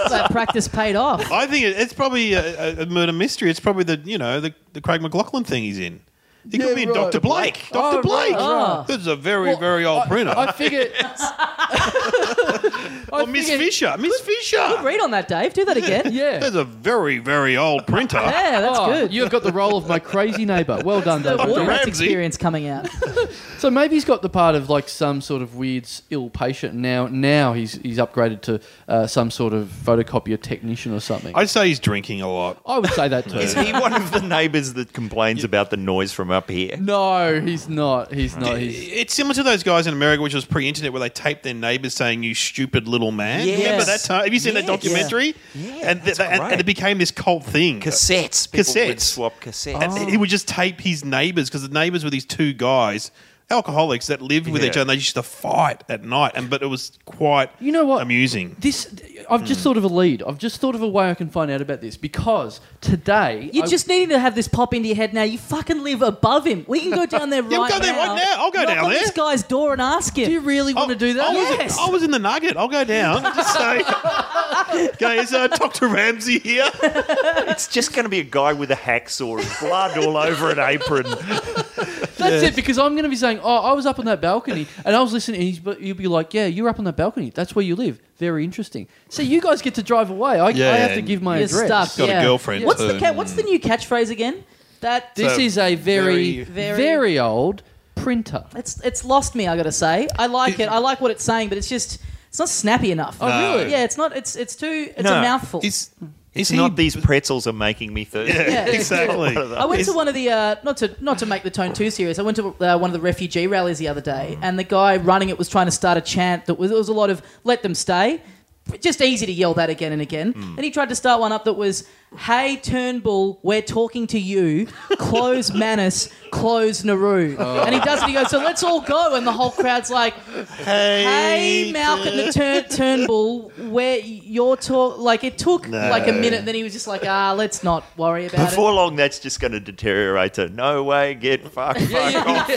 Speaker 2: that practice paid off.
Speaker 3: I think it, it's probably a, a- a murder mystery. It's probably the you know the, the Craig McLaughlin thing he's in. He
Speaker 1: Yeah,
Speaker 3: could be in
Speaker 1: right.
Speaker 3: Doctor Blake. Doctor
Speaker 1: Oh,
Speaker 3: Blake.
Speaker 1: right, right.
Speaker 3: This is a very
Speaker 1: Well,
Speaker 3: very old
Speaker 1: I-
Speaker 3: printer.
Speaker 1: I figured. I
Speaker 3: oh, Miss
Speaker 1: figured-
Speaker 3: Fisher. Miss Fisher.
Speaker 2: Read on that, Dave. Do that again.
Speaker 1: Yeah.
Speaker 3: That's a very very old printer.
Speaker 2: Yeah, that's
Speaker 1: Oh,
Speaker 2: good.
Speaker 1: You've got the role of my crazy neighbour. Well done,
Speaker 2: the
Speaker 1: David.
Speaker 2: Warrants
Speaker 3: Ramsey.
Speaker 2: experience coming out.
Speaker 1: So maybe he's got the part of like some sort of weird s- ill patient. Now, now he's he's upgraded to uh, some sort of photocopier technician or something. I,
Speaker 3: I'd say he's drinking a lot.
Speaker 1: would say that too.
Speaker 4: Is he one of the neighbours that complains about the noise from up here?
Speaker 1: no, he's not. He's not. He's,
Speaker 3: Oh, It's similar to those guys in America, which was pre-internet, where they taped their neighbors saying "you stupid little man."
Speaker 4: Yes.
Speaker 3: Remember that time? Have you seen
Speaker 4: Yes.
Speaker 3: that documentary?
Speaker 4: Yeah. Yeah,
Speaker 3: and, th-
Speaker 4: that's
Speaker 3: and,
Speaker 4: great.
Speaker 3: and it became this cult thing.
Speaker 4: Cassettes. People would
Speaker 3: Cassettes.
Speaker 4: swap cassettes.
Speaker 3: And He would just tape his neighbors because the neighbors were these two guys, alcoholics that lived with
Speaker 4: Yeah.
Speaker 3: each other. and They used to fight at night, and but it was quite
Speaker 1: you know what?
Speaker 3: amusing. Hmm.
Speaker 1: This I've just thought of a lead. I've just thought of a way I can find out about this because today
Speaker 2: You're
Speaker 1: I-
Speaker 2: just needing to have this pop into your head now. You fucking live above him. We can go down there right
Speaker 3: Yeah, we'll go
Speaker 2: now.
Speaker 3: there right now. I'll go
Speaker 2: knock
Speaker 3: down
Speaker 2: on
Speaker 3: there.
Speaker 2: this guy's door and ask him.
Speaker 1: Do you really
Speaker 2: Oh,
Speaker 1: want to do that?
Speaker 3: Oh, I was,
Speaker 2: Yes.
Speaker 3: I was in the Nugget. I'll go down. Just say, okay, is uh, Dr. Ramsey here?
Speaker 4: It's just going to be a guy with a hacksaw and blood all over an apron.
Speaker 1: That's it, because I'm going to be saying, "Oh, I was up on that balcony, and I was listening." And he's- but you'll be like, "Yeah, you're up on that balcony. That's where you live. Very interesting." So you guys get to drive away. I,
Speaker 3: Yeah,
Speaker 1: I have to
Speaker 3: and
Speaker 1: give my
Speaker 2: You're
Speaker 1: address.
Speaker 2: stuck.
Speaker 3: Got a
Speaker 2: yeah.
Speaker 3: girlfriend
Speaker 2: What's the
Speaker 3: too.
Speaker 2: ca- What's the new catchphrase again? That
Speaker 1: This
Speaker 3: So,
Speaker 1: is a very,
Speaker 3: very-
Speaker 1: very,
Speaker 2: Very-
Speaker 1: old printer.
Speaker 2: it's it's lost me. I got to say, I like it. I like what it's saying, but it's just it's not snappy enough.
Speaker 1: Oh, No. really?
Speaker 2: Yeah, it's not. It's it's too. It's
Speaker 4: No.
Speaker 2: a mouthful.
Speaker 3: Is,
Speaker 4: It's not these pretzels are making me thirsty.
Speaker 2: Yeah.
Speaker 3: exactly.
Speaker 2: I went to one of the uh, not to not to make the tone too serious. I went to uh, one of the refugee rallies the other day, and the guy running it was trying to start a chant that was it was a lot of "Let them stay," just easy to yell that again and again. And he tried to start one up that was "Hey Turnbull, we're talking to you. Close Manus. close Nauru. And he does it. He goes, so let's all go. And the whole crowd's like, hey, Malcolm the Tur- Turnbull, where your talk, like it took like a minute. Then he was just like, ah, let's not worry about
Speaker 4: Before
Speaker 2: it.
Speaker 4: long, that's just going to deteriorate to no way, get fucked, fuck
Speaker 1: Yeah, yeah,
Speaker 4: off.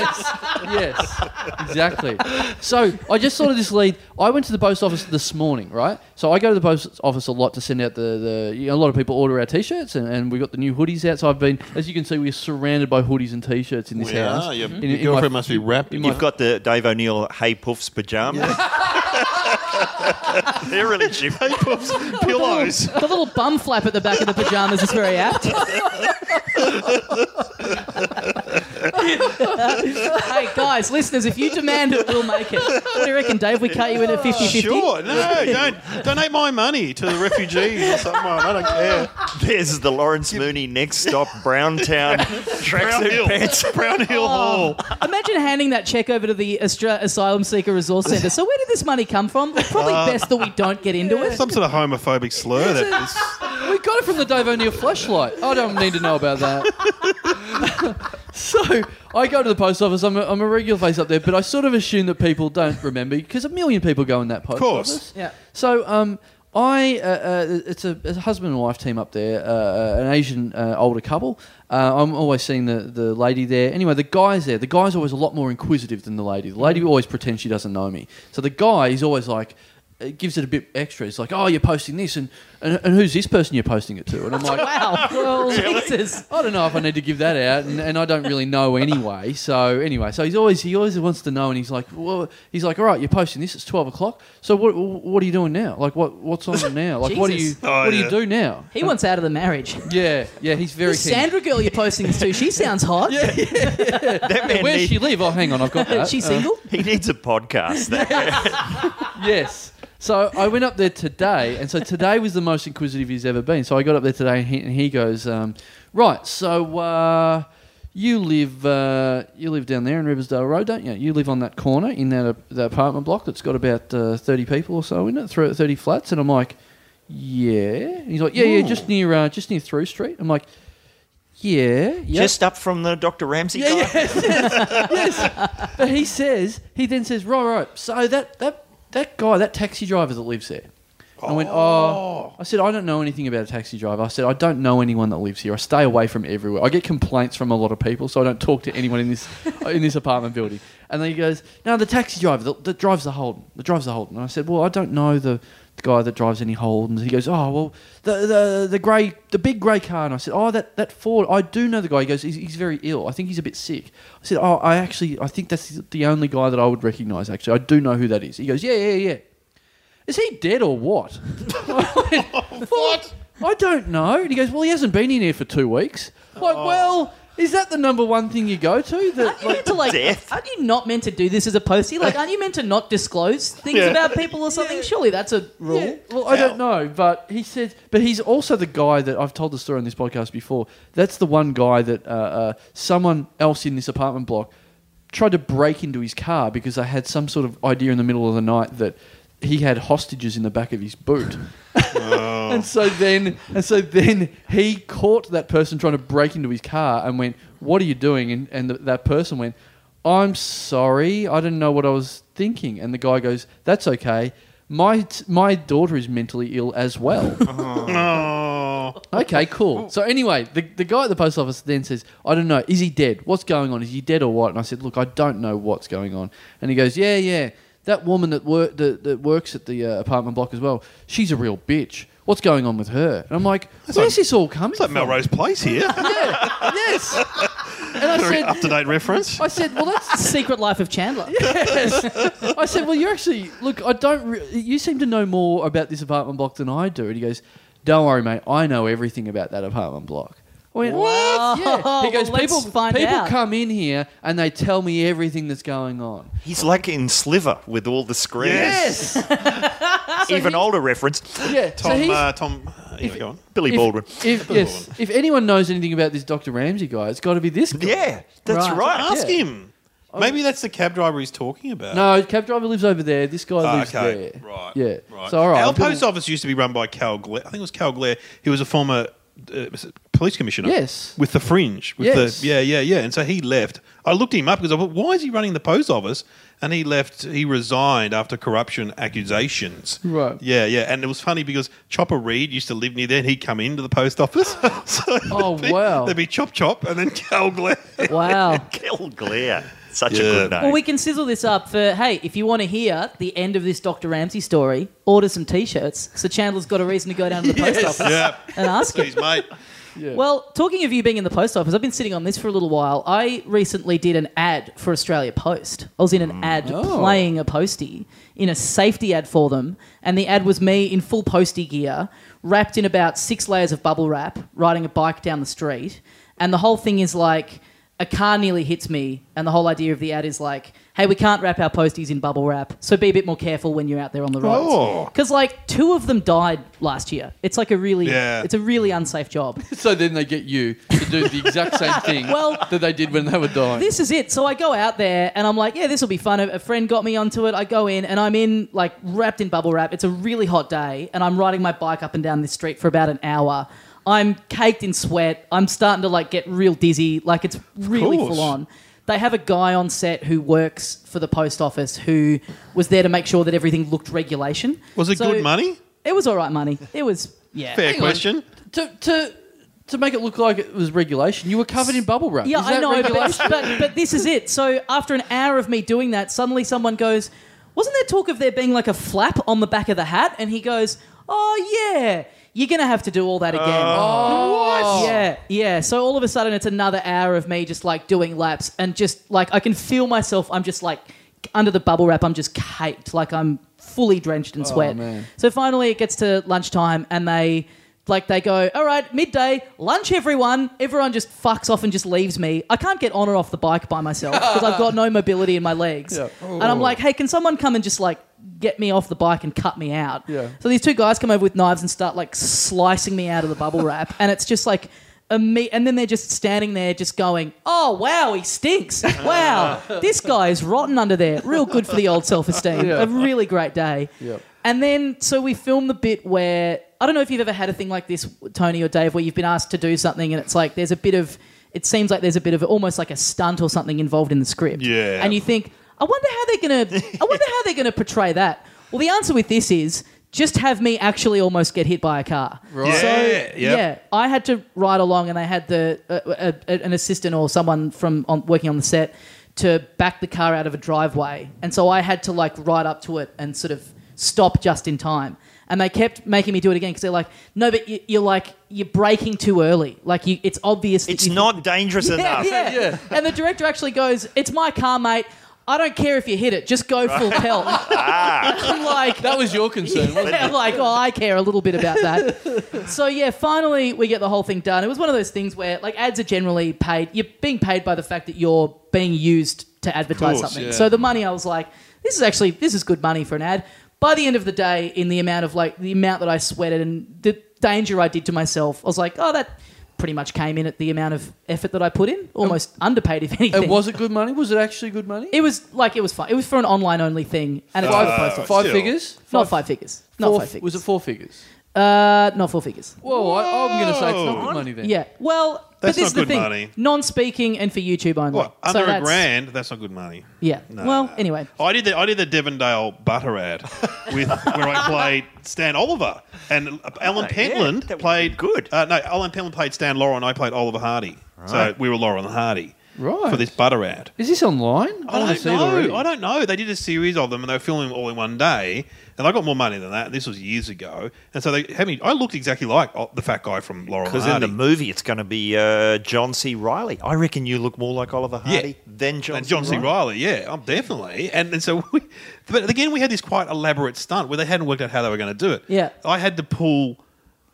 Speaker 1: yes, yes, exactly. So I just thought of this lead. I went to the post office this morning, right? So I go to the post office a lot to send out the, the you know, a lot of people order our t-shirts, and, and we got the new hoodies out. So I've been, as you can see, we're surrounded by hoodies and t-shirts in this
Speaker 3: We
Speaker 1: house.
Speaker 3: are. Your,
Speaker 1: In-
Speaker 3: your
Speaker 1: in my-
Speaker 3: girlfriend must be wrapped.
Speaker 1: in my-
Speaker 4: You've got the Dave O'Neill Hey Puffs pajamas. They're really cheap. Hey Puffs
Speaker 3: pillows.
Speaker 2: The little bum flap at the back of the pajamas is very apt. hey guys, listeners, if you demand it, we'll make it. What do you reckon, Dave? We cut you in at 50 50?
Speaker 3: Sure, no, don't donate my money to the refugees or someone. I don't care.
Speaker 4: There's the Lawrence Mooney next stop, Browntown.
Speaker 3: Brown
Speaker 4: Tracksuit
Speaker 3: Hill,
Speaker 4: pants.
Speaker 3: Brown
Speaker 1: Oh.
Speaker 3: Hill Hall.
Speaker 2: Imagine handing that check over to the Austra- Asylum Seeker Resource Centre. So, where did this money come from? Probably best that we don't get into it.
Speaker 3: Some sort of homophobic slur. That is,
Speaker 1: We got it from the Dave O'Neill flashlight. I don't need to know about that. so I go to the post office. I'm a, I'm a regular face up there, but I sort of assume that people don't remember because a million people go in that post
Speaker 3: course.
Speaker 1: office.
Speaker 2: Yeah.
Speaker 1: So um, I uh, uh, it's a, it's a husband and wife team up there, uh, an Asian uh, older couple. Uh, I'm always seeing the, the lady there. Anyway, the guy's there. The guy's always a lot more inquisitive than the lady. The lady always pretends she doesn't know me. So the guy is always like. It gives it a bit extra. It's like, oh, you're posting this, and, and, and who's this person you're posting it to? And I'm like,
Speaker 2: Oh Wow. Jesus.
Speaker 1: I don't know if I need to give that out, and, and I don't really know anyway. So anyway, so he's always he always wants to know, and he's like, well, he's like, all right, you're posting this. It's twelve o'clock. So what what are you doing now? Like what what's on now? Like what do you
Speaker 2: Jesus.
Speaker 3: Oh,
Speaker 1: what do
Speaker 3: yeah.
Speaker 1: you do now?
Speaker 2: He wants out of the marriage.
Speaker 1: Yeah, yeah, he's very
Speaker 2: The
Speaker 1: keen.
Speaker 2: Sandra girl you're posting this to, she sounds hot.
Speaker 4: That man
Speaker 1: Where does
Speaker 4: need-
Speaker 1: she live? Oh, hang on, I've got that.
Speaker 2: She's single.
Speaker 4: he needs a podcast. That
Speaker 1: yes. So I went up there today, and so today was the most inquisitive he's ever been. So I got up there today, and he, and he goes, um, "Right, so uh, you live uh, you live down there in Riversdale Road, don't you? You live on that corner in that, uh, that apartment block that's got about uh, thirty people or so in it, thro- thirty flats." And I'm like, "Yeah." And he's like, "Yeah, yeah, just near uh, just near Through Street." I'm like, "Yeah, yeah."
Speaker 4: Just up from the Dr. Ramsey guy.
Speaker 1: Yeah, yes, yes, yes. But he says, he then says, right, right. So that that that guy, that taxi driver that lives there. I went, oh. I said, I don't know anything about a taxi driver. I said, I don't know anyone that lives here. I stay away from everywhere. I get complaints from a lot of people, so I don't talk to anyone in this in this apartment building. And then he goes, no, the taxi driver that, that drives the Holden, that drives the Holden. And I said, well, I don't know the, the guy that drives any Holdens. He goes, oh, well, the the the grey, the big grey car. And I said, oh, that that Ford. I do know the guy. He goes, he's, he's very ill. I think he's a bit sick. I said, oh, I actually, I think that's the only guy that I would recognise. Actually, I do know who that is. He goes, yeah, yeah, yeah. Is he dead or what? what? I don't know. And he goes, well, he hasn't been in here for two weeks. Like, well, is that the number one thing you go to? That
Speaker 2: Aren't you meant to like?
Speaker 4: Death.
Speaker 2: Aren't you not meant to do this as a postie? Like, aren't you meant to not disclose things about people or something? Surely that's a rule.
Speaker 1: Yeah, well, I don't know, but he said, but he's also the guy that I've told the story on this podcast before. That's the one guy that uh, uh, someone else in this apartment block tried to break into his car because they had some sort of idea in the middle of the night that he had hostages in the back of his boot. and so then, and so then he caught that person trying to break into his car and went, "What are you doing?" And, and th that person went, "I'm sorry, I didn't know what I was thinking." And the guy goes, "That's okay. My my daughter is mentally ill as well."
Speaker 3: oh,
Speaker 1: okay, cool. So anyway, the the guy at the post office then says, "I don't know. Is he dead? What's going on? Is he dead or what?" And I said, "Look, I don't know what's going on." And he goes, "Yeah, yeah." That woman that, wor- that, that works at the uh, apartment block as well, she's a real bitch. What's going on with her? And I'm like, where's
Speaker 3: like-
Speaker 1: this all coming
Speaker 3: it's like
Speaker 1: from?
Speaker 3: Melrose Place here.
Speaker 1: Yeah, yes. And I
Speaker 3: Very up to
Speaker 1: said,
Speaker 3: date reference.
Speaker 1: I said, well, that's
Speaker 2: Secret Life of Chandler.
Speaker 1: yes. I said, well, you're actually look. I don't. Re- you seem to know more about this apartment block than I do. And he goes, don't worry, mate. I know everything about that apartment block. I went,
Speaker 2: Wow.
Speaker 1: Yeah. He goes,
Speaker 2: Well, let's
Speaker 1: people,
Speaker 2: find
Speaker 1: people
Speaker 2: out."
Speaker 1: come in here and they tell me everything that's going on.
Speaker 4: He's like in Sliver with all the screens.
Speaker 3: Yes.
Speaker 4: Even older reference.
Speaker 1: yeah. so
Speaker 3: Tom,
Speaker 1: he's-
Speaker 3: uh, Tom, anyway, go on.
Speaker 4: Billy
Speaker 1: if-
Speaker 4: Baldwin.
Speaker 1: If, yes, if anyone knows anything about this Dr. Ramsey guy, it's got to be this guy.
Speaker 4: Yeah, that's
Speaker 1: Right.
Speaker 4: right.
Speaker 3: Ask
Speaker 1: yeah.
Speaker 3: him. Maybe that's the cab driver he's talking about.
Speaker 1: No, cab driver lives over there. This guy
Speaker 3: Ah,
Speaker 1: lives
Speaker 3: okay.
Speaker 1: there.
Speaker 3: Right.
Speaker 1: Yeah.
Speaker 3: Right.
Speaker 1: So all right.
Speaker 3: Our
Speaker 1: I'm gonna-
Speaker 3: post office used to be run by Cal Glare. I think it was Cal Glare. He was a former uh, police commissioner.
Speaker 1: Yes.
Speaker 3: With the fringe. With
Speaker 1: Yes.
Speaker 3: the yeah, yeah, yeah. And so he left. I looked him up because I thought, why is he running the post office? And he left. He resigned after corruption accusations.
Speaker 1: Right.
Speaker 3: Yeah, yeah. And it was funny because Chopper Reed used to live near there, and he'd come into the post office. so
Speaker 1: Oh,
Speaker 3: there'd be-
Speaker 1: wow.
Speaker 3: There'd be chop chop, and then Cal Glenn.
Speaker 2: Wow.
Speaker 4: Kilglare. Such a
Speaker 3: Yeah.
Speaker 4: good name.
Speaker 2: Well, we can sizzle this up for hey, if you want to hear the end of this Dr. Ramsey story, order some t shirts. So Chandler's got a reason to go down to the post office
Speaker 3: yeah.
Speaker 2: and ask him.
Speaker 3: Jeez, mate.
Speaker 2: Well, talking of you being in the post office, I've been sitting on this for a little while. I recently did an ad for Australia Post. I was in an ad
Speaker 3: Mm.
Speaker 1: Oh.
Speaker 2: playing a postie in a safety ad for them, and the ad was me in full postie gear, wrapped in about six layers of bubble wrap, riding a bike down the street. And the whole thing is like a car nearly hits me, and the whole idea of the ad is like, hey, we can't wrap our posties in bubble wrap, so be a bit more careful when you're out there on the roads.
Speaker 3: Oh.
Speaker 2: Because like two of them died last year. It's like a really,
Speaker 3: Yeah.
Speaker 2: it's a really unsafe job.
Speaker 1: So then they get you to do the exact same thing
Speaker 2: Well-
Speaker 1: that they did when they were dying.
Speaker 2: this is it. So I go out there and I'm like, yeah, this will be fun. A, a friend got me onto it. I go in and I'm in like wrapped in bubble wrap. It's a really hot day and I'm riding my bike up and down this street for about an hour. I'm caked in sweat. I'm starting to like get real dizzy. Like it's really
Speaker 3: course.
Speaker 2: full on. They have a guy on set who works for the post office who was there to make sure that everything looked regulation.
Speaker 3: Was it
Speaker 2: So-
Speaker 3: good money?
Speaker 2: It was all right money. It was yeah.
Speaker 3: Fair
Speaker 1: on.
Speaker 3: question.
Speaker 1: to to to make it look like it was regulation. You were covered in bubble wrap.
Speaker 2: Yeah,
Speaker 1: Is that
Speaker 2: I know,
Speaker 1: regulation?
Speaker 2: but, but but this is it. So after an hour of me doing that, suddenly someone goes, "Wasn't there talk of there being like a flap on the back of the hat?" And he goes, "Oh yeah, you're gonna have to do all that again."
Speaker 1: Oh.
Speaker 2: Yeah, yeah. So all of a sudden, it's another hour of me just like doing laps and just like I can feel myself. I'm just like under the bubble wrap. I'm just caked, like I'm fully drenched in sweat.
Speaker 1: Oh, man.
Speaker 2: So finally, it gets to lunchtime, and they like they go, "All right, midday lunch, everyone." Everyone just fucks off and just leaves me. I can't get on or off the bike by myself because I've got no mobility in my legs.
Speaker 1: Yeah.
Speaker 2: And I'm like, "Hey, can someone come and just like get me off the bike and cut me out?"
Speaker 1: Yeah.
Speaker 2: So these two guys come over with knives and start like slicing me out of the bubble wrap, and it's just like. A me- and then they're just standing there, just going, "Oh wow, he stinks! Wow, this guy is rotten under there. Real good for the old self-esteem.
Speaker 1: Yeah.
Speaker 2: A really great day."
Speaker 1: Yep.
Speaker 2: And then, so we filmed the bit where I don't know if you've ever had a thing like this, Tony or Dave, where you've been asked to do something and it's like there's a bit of, it seems like there's a bit of almost like a stunt or something involved in the script.
Speaker 3: Yeah.
Speaker 2: And you think, I wonder how they're gonna, I wonder how they're gonna portray that. Well, the answer with this is just have me actually almost get hit by a car.
Speaker 1: Right.
Speaker 3: Yeah.
Speaker 2: So,
Speaker 3: Yep.
Speaker 2: yeah, I had to ride along, and they had the uh, uh, uh, an assistant or someone from on, working on the set to back the car out of a driveway, and so I had to like ride up to it and sort of stop just in time. And they kept making me do it again because they're like, "No, but you, you're like you're braking too early. Like you, it's obvious. that
Speaker 4: it's
Speaker 2: you-
Speaker 4: not dangerous
Speaker 2: Yeah,
Speaker 4: enough.
Speaker 2: yeah.
Speaker 1: Yeah.
Speaker 2: And the director actually goes, "It's my car, mate. I don't care if you hit it. Just go full pelt." I'm like,
Speaker 1: that was your concern. wasn't it?
Speaker 2: I'm like, oh, I care a little bit about that. so yeah, finally we get the whole thing done. It was one of those things where like ads are generally paid. You're being paid by the fact that you're being used to advertise
Speaker 3: Of course,
Speaker 2: something.
Speaker 3: yeah.
Speaker 2: So the money, I was like, this is actually this is good money for an ad. By the end of the day, in the amount of like the amount that I sweated and the danger I did to myself, I was like, oh, that pretty much came in at the amount of effort that I put in, almost underpaid if anything.
Speaker 1: And was Oh. it good money? Was it actually good money?
Speaker 2: It was like it was fun. It was for an online only thing, and it's
Speaker 1: five
Speaker 2: for the post
Speaker 3: Uh,
Speaker 2: office.
Speaker 1: five
Speaker 3: still.
Speaker 1: figures.
Speaker 2: Not five figures. Not
Speaker 1: Four-
Speaker 2: five figures.
Speaker 1: Was it four figures?
Speaker 2: Uh, not four figures.
Speaker 1: Well, I, I'm going to say it's not good
Speaker 4: Whoa.
Speaker 1: money then.
Speaker 2: Yeah. Well, but
Speaker 3: That's
Speaker 2: this
Speaker 3: not
Speaker 2: is the
Speaker 3: good
Speaker 2: thing:
Speaker 3: money.
Speaker 2: non-speaking and for YouTube only.
Speaker 3: What,
Speaker 2: So
Speaker 3: under a
Speaker 2: that's-
Speaker 3: grand? That's not good money. Oh,
Speaker 2: Yeah. Well, anyway.
Speaker 3: I did the I did the Devondale butter ad with where I played Stan Oliver and Alan
Speaker 4: yeah,
Speaker 3: Pentland
Speaker 4: that would
Speaker 3: played
Speaker 4: be good.
Speaker 3: Uh, no, Alan Pentland played Stan Laurel and I played Oliver Hardy. So
Speaker 4: Right.
Speaker 3: we were Laurel and Hardy
Speaker 1: Right.
Speaker 3: for this butter ad.
Speaker 1: Is this online?
Speaker 3: I
Speaker 1: wanna
Speaker 3: don't
Speaker 1: it already.
Speaker 3: know. I don't know. They did a series of them and they were filming all in one day. And I got more money than that. This was years ago. And so they had me. I looked exactly like oh, the fat guy from Laurel and
Speaker 4: Because in
Speaker 3: Hardy.
Speaker 4: the movie, it's going to be uh, John C. Riley. I reckon you look more like Oliver
Speaker 3: Yeah.
Speaker 4: Hardy than John,
Speaker 3: and John C. Riley, yeah, I'm definitely. And, and so, we, but again, we had this quite elaborate stunt where they hadn't worked out how they were going to do it.
Speaker 2: Yeah.
Speaker 3: I had to pull.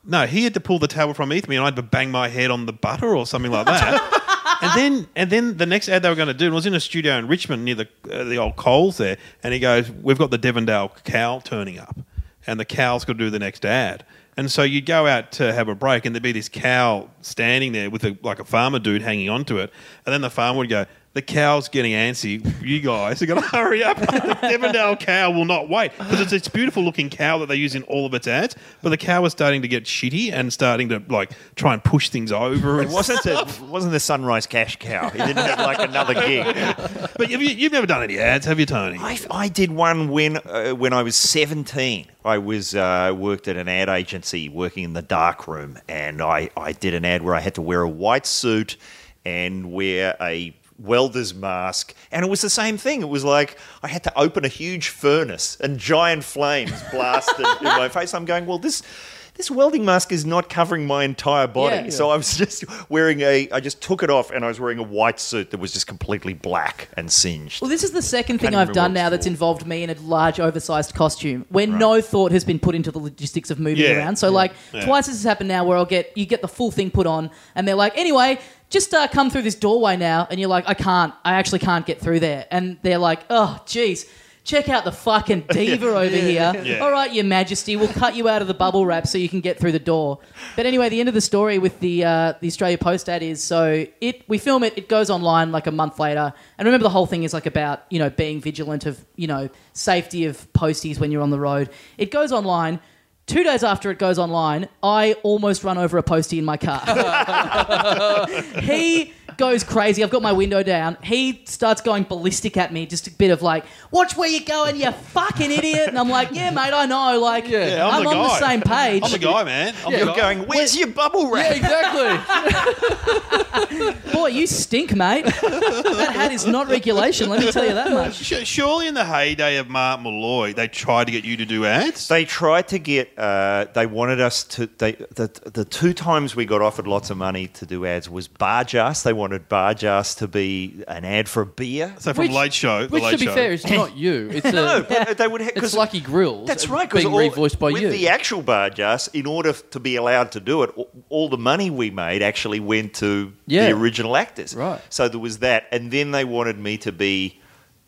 Speaker 3: No, he had to pull the towel from underneath me, and I had to bang my head on the butter or something like that. and then, and then the next ad they were going to do was in a studio in Richmond near the uh, the old Coles there, and he goes, "We've got the Devondale cow turning up, and the cow's going to do the next ad." And so you'd go out to have a break, and there'd be this cow standing there with a, like a farmer dude hanging onto it, and then the farmer would go, The cow's getting antsy. You guys are going to hurry up. the Devondale cow will not wait because it's this beautiful looking cow that they use in all of its ads. But the cow was starting to get shitty and starting to like try and push things over.
Speaker 4: It
Speaker 3: And
Speaker 4: wasn't the, wasn't the Sunrise Cash cow. He didn't have like another gig.
Speaker 3: But have you, you've never done any ads, have you, Tony?
Speaker 4: I, I did one when uh, when I was 17. I was uh, worked at an ad agency working in the dark room, and I, I did an ad where I had to wear a white suit and wear a welder's mask, and it was the same thing. It was like I had to open a huge furnace and giant flames blasted in my face. I'm going, well, this. This welding mask is not covering my entire body.
Speaker 2: Yeah.
Speaker 4: So I was just wearing a, I just took it off and I was wearing a white suit that was just completely black and singed.
Speaker 2: Well, this is the second thing
Speaker 4: Can't
Speaker 2: I've
Speaker 4: remember
Speaker 2: done
Speaker 4: what it's
Speaker 2: now that's
Speaker 4: for.
Speaker 2: involved me in a large, oversized costume, where no thought has been put into the logistics of moving
Speaker 3: Yeah.
Speaker 2: around. So, like, twice this has happened now, where I'll get you get the full thing put on, and they're like, "Anyway, just uh, come through this doorway now," and you're like, "I can't. I actually can't get through there," and they're like, "Oh, jeez." Check out the fucking diva over here.
Speaker 3: Yeah.
Speaker 2: All right, Your Majesty, we'll cut you out of the bubble wrap so you can get through the door. But anyway, the end of the story with the uh, the Australia Post ad is so it we film it, it goes online like a month later, and remember the whole thing is like about you know being vigilant of you know safety of posties when you're on the road. It goes online. Two days after it goes online, I almost run over a postie in my car he goes crazy. I've got my window down. He starts going ballistic at me, just a bit of like, watch where you're going, you fucking idiot. And I'm like, yeah, mate, I know. Like,
Speaker 1: Yeah,
Speaker 3: I'm
Speaker 2: I'm,
Speaker 3: the
Speaker 2: on the
Speaker 3: guy.
Speaker 2: same page.
Speaker 3: I'm a guy, man. I'm
Speaker 1: Yeah,
Speaker 3: a
Speaker 1: you're
Speaker 3: guy.
Speaker 4: going, where's your bubble wrap?
Speaker 1: Yeah, exactly.
Speaker 2: Boy, you stink, mate. that hat is not regulation, let me tell you that much.
Speaker 3: Su- Surely in the heyday of Mark Malloy, they tried to get you to do ads.
Speaker 4: They tried to get. Uh, they wanted us to. They the, the two times we got offered lots of money to do ads was Barjas. They wanted Barjas to be an ad for a beer.
Speaker 3: so from
Speaker 1: Which-
Speaker 3: Late Show,
Speaker 1: Which,
Speaker 3: the Late
Speaker 1: to be
Speaker 3: Show.
Speaker 1: fair, it's not you. It's
Speaker 4: No,
Speaker 1: a,
Speaker 4: but they would have.
Speaker 1: it's Lucky Grills.
Speaker 4: That's
Speaker 1: uh,
Speaker 4: right. 'cause
Speaker 1: being
Speaker 4: all-
Speaker 1: revoiced by
Speaker 4: with
Speaker 1: you.
Speaker 4: the actual Barjas, in order f- to be allowed to do it, all, all the money we made actually went to
Speaker 1: Yeah.
Speaker 4: the original actors.
Speaker 1: Right.
Speaker 4: So there was that, and then they wanted me to be.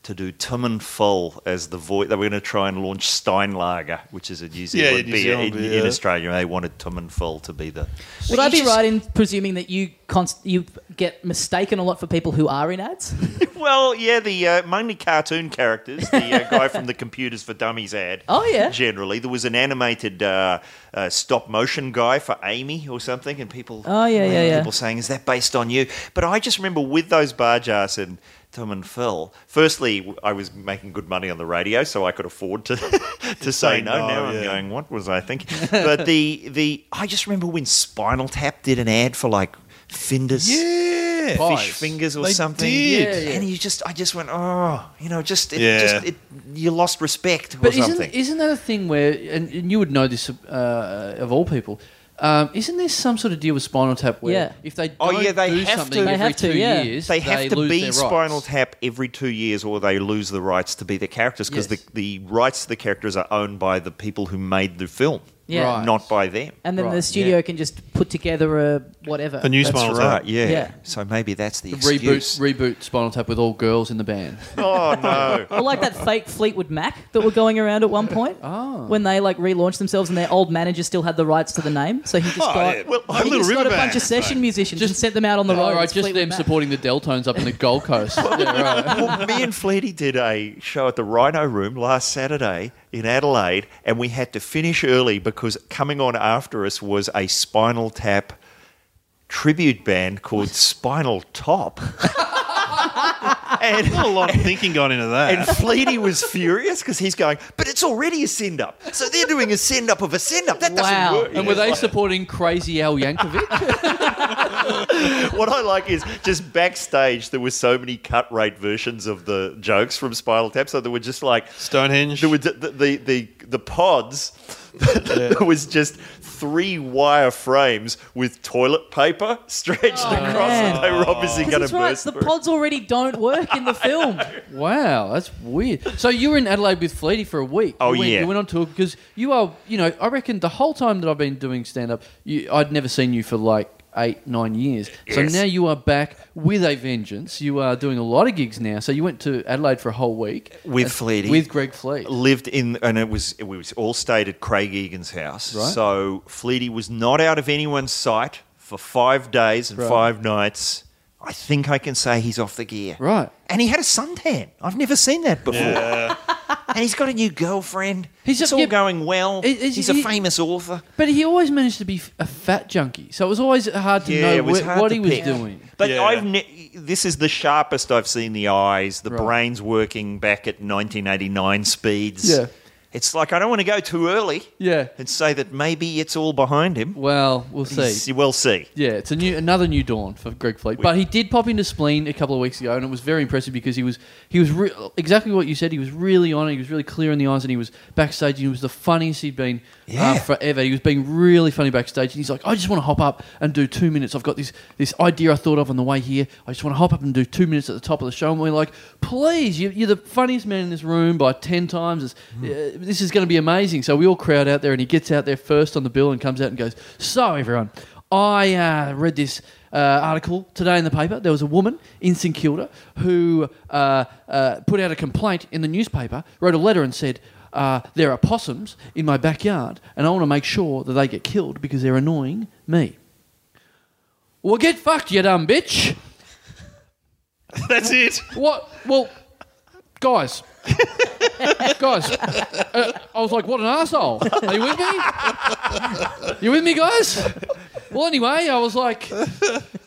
Speaker 4: To do Tim and Full as the voice, they were going to try and launch Steinlager, which is a New
Speaker 3: Yeah,
Speaker 4: Zealand
Speaker 3: New
Speaker 4: beer
Speaker 3: Zealand
Speaker 4: in,
Speaker 3: beer.
Speaker 4: in Australia. They wanted Tim and Full to be the.
Speaker 2: Would I be right in presuming that you const- you get mistaken a lot for people who are in ads?
Speaker 4: Well, yeah, the uh, mainly cartoon characters. The uh, guy from the Computers for Dummies ad.
Speaker 2: Oh, yeah.
Speaker 4: Generally, there was an animated uh, uh, stop motion guy for Amy or something, and people.
Speaker 2: Oh, yeah, yeah, yeah.
Speaker 4: People saying, "Is that based on you?" But I just remember with those barjas and. Tom and Phil. Firstly, w- I was making good money on the radio, so I could afford to to say no.
Speaker 3: no,
Speaker 4: now I'm
Speaker 3: yeah.
Speaker 4: going, what was I thinking? But the the I just remember when Spinal Tap did an ad for like Finders
Speaker 3: yeah.
Speaker 4: fish
Speaker 1: Pies.
Speaker 4: fingers or
Speaker 3: They
Speaker 4: something.
Speaker 3: did.
Speaker 1: Yeah, yeah.
Speaker 4: And you just, I just went, oh, you know, just, it,
Speaker 3: Yeah.
Speaker 4: just it, you lost respect or
Speaker 1: But isn't,
Speaker 4: something.
Speaker 1: isn't that a thing where, and, and you would know this uh, of all people, um, isn't there some sort of deal with Spinal Tap where
Speaker 2: Yeah.
Speaker 1: if they don't
Speaker 4: Oh, yeah, they
Speaker 1: do
Speaker 4: have
Speaker 1: something
Speaker 4: to.
Speaker 1: every
Speaker 4: They
Speaker 2: have to,
Speaker 1: two
Speaker 2: yeah.
Speaker 1: years,
Speaker 4: they have to
Speaker 1: lose
Speaker 4: be
Speaker 1: their
Speaker 4: Spinal
Speaker 1: rights.
Speaker 4: Tap every two years, or they lose the rights to be the characters because
Speaker 1: Yes.
Speaker 4: the, the rights to the characters are owned by the people who made the film,
Speaker 2: Yeah.
Speaker 1: Right.
Speaker 4: not by them.
Speaker 2: And then
Speaker 1: Right,
Speaker 2: the studio
Speaker 1: yeah.
Speaker 2: can just put together a whatever.
Speaker 3: A new
Speaker 4: That's
Speaker 3: smile.
Speaker 4: right, yeah.
Speaker 2: Yeah.
Speaker 4: So maybe that's the
Speaker 1: Reboot,
Speaker 4: excuse.
Speaker 1: reboot Spinal Tap with all girls in the band.
Speaker 4: oh no!
Speaker 2: Or like that fake Fleetwood Mac that were going around at one point.
Speaker 1: Oh.
Speaker 2: When they like relaunched themselves and their old manager still had the rights to the name. So he just
Speaker 3: Oh,
Speaker 2: got,
Speaker 3: yeah. Well,
Speaker 2: he
Speaker 3: like Little
Speaker 2: just got a
Speaker 3: River
Speaker 2: bunch
Speaker 3: Band,
Speaker 2: of session
Speaker 3: so.
Speaker 2: musicians
Speaker 1: Just-
Speaker 2: and sent them out on the road.
Speaker 1: All right,
Speaker 2: as
Speaker 1: just
Speaker 2: Fleetwood
Speaker 1: them
Speaker 2: Mac.
Speaker 1: supporting the Deltones up in the Gold Coast. They're, uh,
Speaker 4: well, me and Fleety did a show at the Rhino Room last Saturday in Adelaide, and we had to finish early because coming on after us was a Spinal Tap tribute band called Spinal Top. and
Speaker 3: Not a lot of thinking got into
Speaker 4: and
Speaker 3: that.
Speaker 4: Fleety was furious because he's going, but it's already a send up. So they're doing a send up of a send up. That doesn't
Speaker 2: Wow.
Speaker 4: work.
Speaker 1: and were
Speaker 4: Yeah.
Speaker 1: they supporting Crazy Al Yankovic?
Speaker 4: What I like is just backstage there were so many cut rate versions of the jokes from Spinal Tap, so there were just like
Speaker 3: Stonehenge.
Speaker 4: There were d- the the the, the pods. there was just three wire frames with toilet paper stretched across,
Speaker 2: Oh, man.
Speaker 4: and they were obviously
Speaker 2: 'Cause
Speaker 4: going
Speaker 2: that's
Speaker 4: to
Speaker 2: right,
Speaker 4: burst.
Speaker 2: the
Speaker 4: through.
Speaker 2: pods already don't work in the film.
Speaker 1: wow, that's weird. So you were in Adelaide with Fleety for a week.
Speaker 4: Oh,
Speaker 1: you went,
Speaker 4: yeah.
Speaker 1: you went on tour because you are, you know, I reckon the whole time that I've been doing stand up, I'd never seen you for like eight, nine years. So
Speaker 4: Yes.
Speaker 1: now you are back with a vengeance. You are doing a lot of gigs now. So you went to Adelaide for a whole week
Speaker 4: With
Speaker 1: Uh,
Speaker 4: Fleety.
Speaker 1: with Greg Fleet.
Speaker 4: lived in, and it was we was all stayed at Craig Egan's house.
Speaker 1: Right.
Speaker 4: So Fleety was not out of anyone's sight for five days and
Speaker 1: Right.
Speaker 4: five nights. I I think I can say he's off the gear.
Speaker 1: Right.
Speaker 4: And he had a suntan. I've never seen that before. and he's got a new girlfriend.
Speaker 1: He's
Speaker 4: He's
Speaker 1: just-
Speaker 4: it's all
Speaker 1: yeah,
Speaker 4: going well.
Speaker 1: it- it's-
Speaker 4: he's a
Speaker 1: he-
Speaker 4: famous author.
Speaker 1: But he always managed to be f- a fat junkie, so it was always hard to know wh-
Speaker 4: hard
Speaker 1: what
Speaker 4: to
Speaker 1: he was
Speaker 4: pick.
Speaker 1: doing.
Speaker 4: But
Speaker 3: Yeah.
Speaker 4: I've ne- this is the sharpest I've seen the eyes, the
Speaker 1: Right.
Speaker 4: brains working back at 1989 speeds.
Speaker 1: Yeah.
Speaker 4: It's like I don't want to go too early
Speaker 1: Yeah.
Speaker 4: and say that maybe it's all behind him.
Speaker 1: Well, we'll
Speaker 4: He's-
Speaker 1: see.
Speaker 4: We'll see.
Speaker 1: Yeah, it's a new another new dawn for Greg Fleet. But he did pop into Spleen a couple of weeks ago, and it was very impressive because he was he was re- exactly what you said. He was really on it. He was really clear in the eyes, and he was backstage, and he was the funniest he'd been uh,
Speaker 4: Yeah.
Speaker 1: forever. He was being really funny backstage, and he's like, "I just want to hop up and do two minutes. I've got this this idea I thought of on the way here. I just want to hop up and do two minutes at the top of the show." And we're like, "Please, you, you're the funniest man in this room by ten times. It's, uh, this is going to be amazing." So we all crowd out there, and he gets out there first on the bill and comes out and goes, "So everyone, I uh, read this." Uh, article today in the paper. There was a woman in St Kilda who uh, uh, put out a complaint in the newspaper, wrote a letter and said, uh, there are possums in my backyard, and I want to make sure that they get killed because they're annoying me. Well, get fucked, you dumb bitch.
Speaker 3: That's it.
Speaker 1: What? Well, guys. guys. Uh, I was like, what an asshole. Are you with me? You with me, guys? Well, anyway, I was like,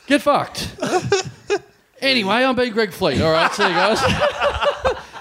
Speaker 1: get fucked. Anyway, I'm being Greg Fleet. All right, see you guys.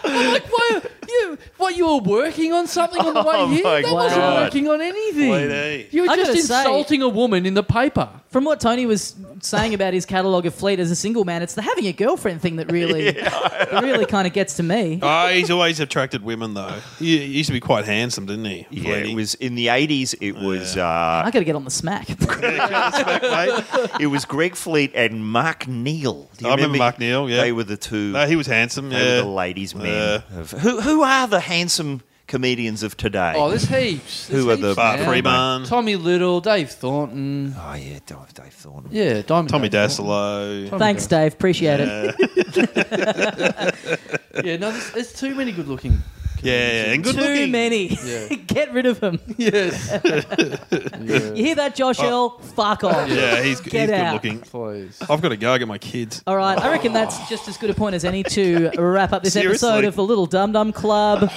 Speaker 1: I'm like, why, you, what, you were working on something on the way
Speaker 4: Oh
Speaker 1: here?
Speaker 4: my
Speaker 1: They wasn't
Speaker 4: God. eh?
Speaker 1: working on anything.
Speaker 3: Fleety.
Speaker 1: You were
Speaker 2: I
Speaker 1: just
Speaker 2: gotta say-
Speaker 1: insulting a woman in the paper.
Speaker 2: From what Tony was saying about his catalogue of Fleet as a single man, it's the having a girlfriend thing that really, that really kind of gets to me.
Speaker 3: Oh, he's always attracted women though. He, he used to be quite handsome, didn't he?
Speaker 4: Yeah,
Speaker 3: Fleety?
Speaker 4: it was in the 80s. It
Speaker 3: Oh,
Speaker 4: was uh,
Speaker 2: I got to get on the smack.
Speaker 4: it was Greg Fleet and Mark Neal. Do you
Speaker 3: I remember Mark Neal, yeah.
Speaker 4: they were the two.
Speaker 3: No, he was handsome.
Speaker 4: they
Speaker 3: Yeah,
Speaker 4: were the ladies'
Speaker 3: Yeah.
Speaker 4: men. Of, who who are the handsome comedians of today?
Speaker 1: Oh, there's heaps. There's
Speaker 4: Who are the-
Speaker 1: heaps,
Speaker 3: Bart
Speaker 1: man.
Speaker 3: Freeman,
Speaker 1: Tommy Little, Dave Thornton.
Speaker 4: Oh, yeah, Dave, Dave Thorne.
Speaker 1: Yeah, Diamond
Speaker 3: Tommy
Speaker 1: Dave
Speaker 3: Dasilo.
Speaker 1: Thornton.
Speaker 2: Thanks, Dave. Appreciate it.
Speaker 1: Yeah, no, there's, there's too many good looking.
Speaker 3: Yeah, yeah, and good
Speaker 2: Too
Speaker 3: looking.
Speaker 2: many.
Speaker 1: Yeah.
Speaker 2: Get rid of them.
Speaker 1: Yes.
Speaker 2: You hear that,
Speaker 3: Oh.
Speaker 2: Josh L? Fuck off.
Speaker 3: Yeah, he's, he's
Speaker 2: Get
Speaker 3: good
Speaker 2: out.
Speaker 3: looking.
Speaker 1: Please.
Speaker 3: I've got to go get my kids.
Speaker 2: All right, I reckon that's just as good a point as any to wrap up this
Speaker 3: Seriously.
Speaker 2: episode of the Little Dum Dum Club.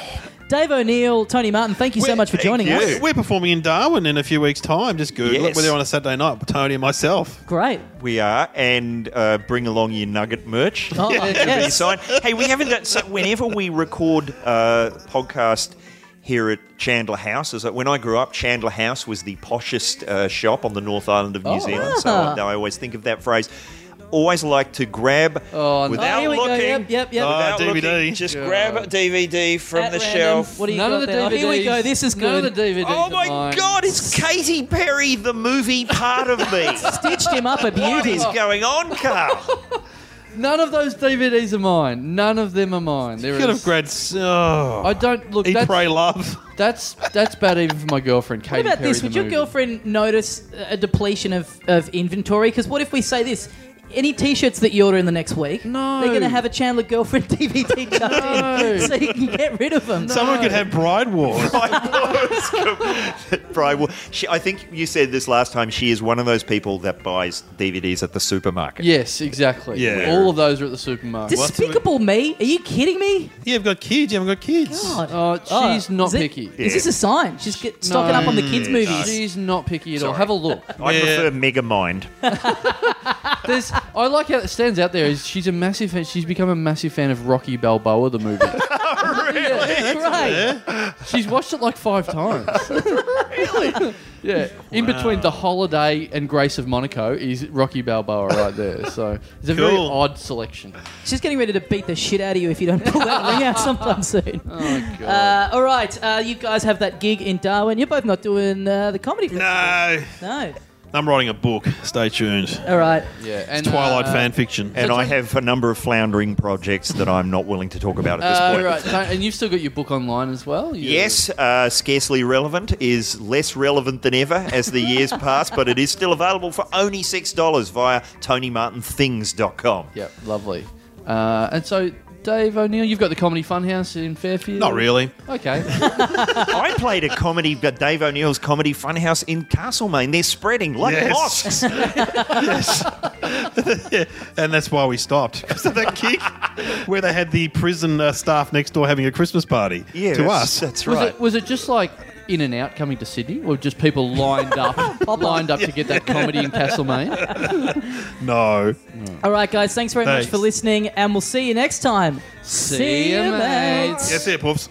Speaker 2: Dave O'Neill, Tony Martin, thank you so
Speaker 3: We're-
Speaker 2: much for
Speaker 3: thank
Speaker 2: joining
Speaker 3: you.
Speaker 2: us.
Speaker 3: We're performing in Darwin in a few weeks' time. Just Google it.
Speaker 4: Yes.
Speaker 3: We're there on a Saturday night, Tony and myself.
Speaker 2: Great.
Speaker 4: We are, and uh, bring along your nugget merch.
Speaker 2: Oh,
Speaker 4: Be
Speaker 2: yes.
Speaker 4: signed. Hey, we haven't done. So whenever we record uh, podcast here at Chandler House, is that when I grew up, Chandler House was the poshest uh, shop on the North Island of New
Speaker 1: Oh.
Speaker 4: Zealand. So
Speaker 2: Ah.
Speaker 4: I, I always think of that phrase. Always like to grab
Speaker 1: Oh, no.
Speaker 2: Oh,
Speaker 4: without
Speaker 2: here we go.
Speaker 4: looking.
Speaker 2: Yep, yep, yep.
Speaker 3: Oh,
Speaker 4: without
Speaker 3: DVD.
Speaker 4: looking, Just
Speaker 1: Yeah.
Speaker 4: grab a DVD from
Speaker 2: At
Speaker 4: the
Speaker 2: random.
Speaker 4: shelf.
Speaker 2: What do you
Speaker 1: None
Speaker 2: got
Speaker 1: of the
Speaker 2: there? Oh,
Speaker 1: DVDs.
Speaker 2: here we go. This is good.
Speaker 1: None of the DVDs.
Speaker 4: Oh my
Speaker 1: are mine.
Speaker 4: God! It's Katy Perry, the movie part of me.
Speaker 2: Stitched him up a
Speaker 4: what
Speaker 2: beauty.
Speaker 4: is going on, Carl?
Speaker 1: None of those DVDs are mine. None of them are mine. There
Speaker 3: Could
Speaker 1: is.
Speaker 3: have grabbed. Oh,
Speaker 1: I don't look.
Speaker 3: Eat,
Speaker 1: That's,
Speaker 3: pray, love.
Speaker 1: that's that's bad even for my girlfriend.
Speaker 2: What about this? Would your girlfriend notice a depletion of, of inventory? Because what if we say this? Any T-shirts that you order in the next week,
Speaker 1: No.
Speaker 2: they're going to have a Chandler girlfriend DVD chucked
Speaker 1: No.
Speaker 2: in, so you can get rid of them.
Speaker 3: Someone could have bride wars.
Speaker 4: I was Brian Wood. She, I think you said this last time. She is one of those people that buys DVDs at the supermarket.
Speaker 1: Yes, exactly.
Speaker 3: Yeah.
Speaker 1: All of those are at the supermarket.
Speaker 2: Despicable me? Are you kidding me?
Speaker 3: Yeah, I've got kids. You haven't got kids.
Speaker 2: God.
Speaker 1: Oh, she's not
Speaker 2: is it-
Speaker 1: picky.
Speaker 2: Is this a sign? She's get, stocking up on the kids' movies.
Speaker 1: She's not picky at all. Have a look.
Speaker 4: I
Speaker 3: Yeah.
Speaker 4: prefer Megamind.
Speaker 1: There's, I like how it stands out there. Is she's a massive fan. She's become a massive fan of Rocky Balboa the movie.
Speaker 2: Right.
Speaker 1: she's watched it like five times. really? Yeah. In between the holiday and Grace of Monaco is Rocky Balboa right there. So it's a very
Speaker 3: Cool.
Speaker 1: odd selection.
Speaker 2: She's getting ready to beat the shit out of you if you don't pull that ring out sometime soon.
Speaker 1: Oh god.
Speaker 2: Uh, all right, uh, you guys have that gig in Darwin. You're both not doing uh, the comedy.
Speaker 3: No,
Speaker 2: festival.
Speaker 3: I'm writing a book. Stay tuned.
Speaker 2: No. All right.
Speaker 1: yeah. And
Speaker 3: Twilight
Speaker 1: uh,
Speaker 3: fan fiction.
Speaker 4: And I have a number of floundering projects that I'm not willing to talk about at this
Speaker 1: Uh,
Speaker 4: point.
Speaker 1: right. So- And you've still got your book online as well. You-
Speaker 4: Yes, uh, Scarcely Relevant is less relevant than ever as the years pass, but it is still available for only $6 via TonyMartinThings.com.
Speaker 1: Yep. Lovely. Uh, and so Dave O'Neill? You've got the Comedy Funhouse in Fairfield.
Speaker 3: Not really.
Speaker 1: Okay.
Speaker 4: I played a comedy, but Dave O'Neill's comedy funhouse in Castlemaine. They're spreading like
Speaker 3: Yes.
Speaker 4: mosques.
Speaker 3: And that's why we stopped. Because of that kick where they had the prison uh, staff next door having a Christmas party
Speaker 4: Yeah,
Speaker 3: to
Speaker 4: that's-
Speaker 3: us.
Speaker 4: That's
Speaker 1: Was
Speaker 4: right.
Speaker 1: it was it just like in and out coming to Sydney, or just people lined up, lined up to get that comedy in Castlemaine?
Speaker 3: No.
Speaker 2: All right, guys, thanks very much
Speaker 3: Thanks.
Speaker 2: for listening, and we'll see you next time. See,
Speaker 1: ya, mates.
Speaker 3: Yes, it, Poofs.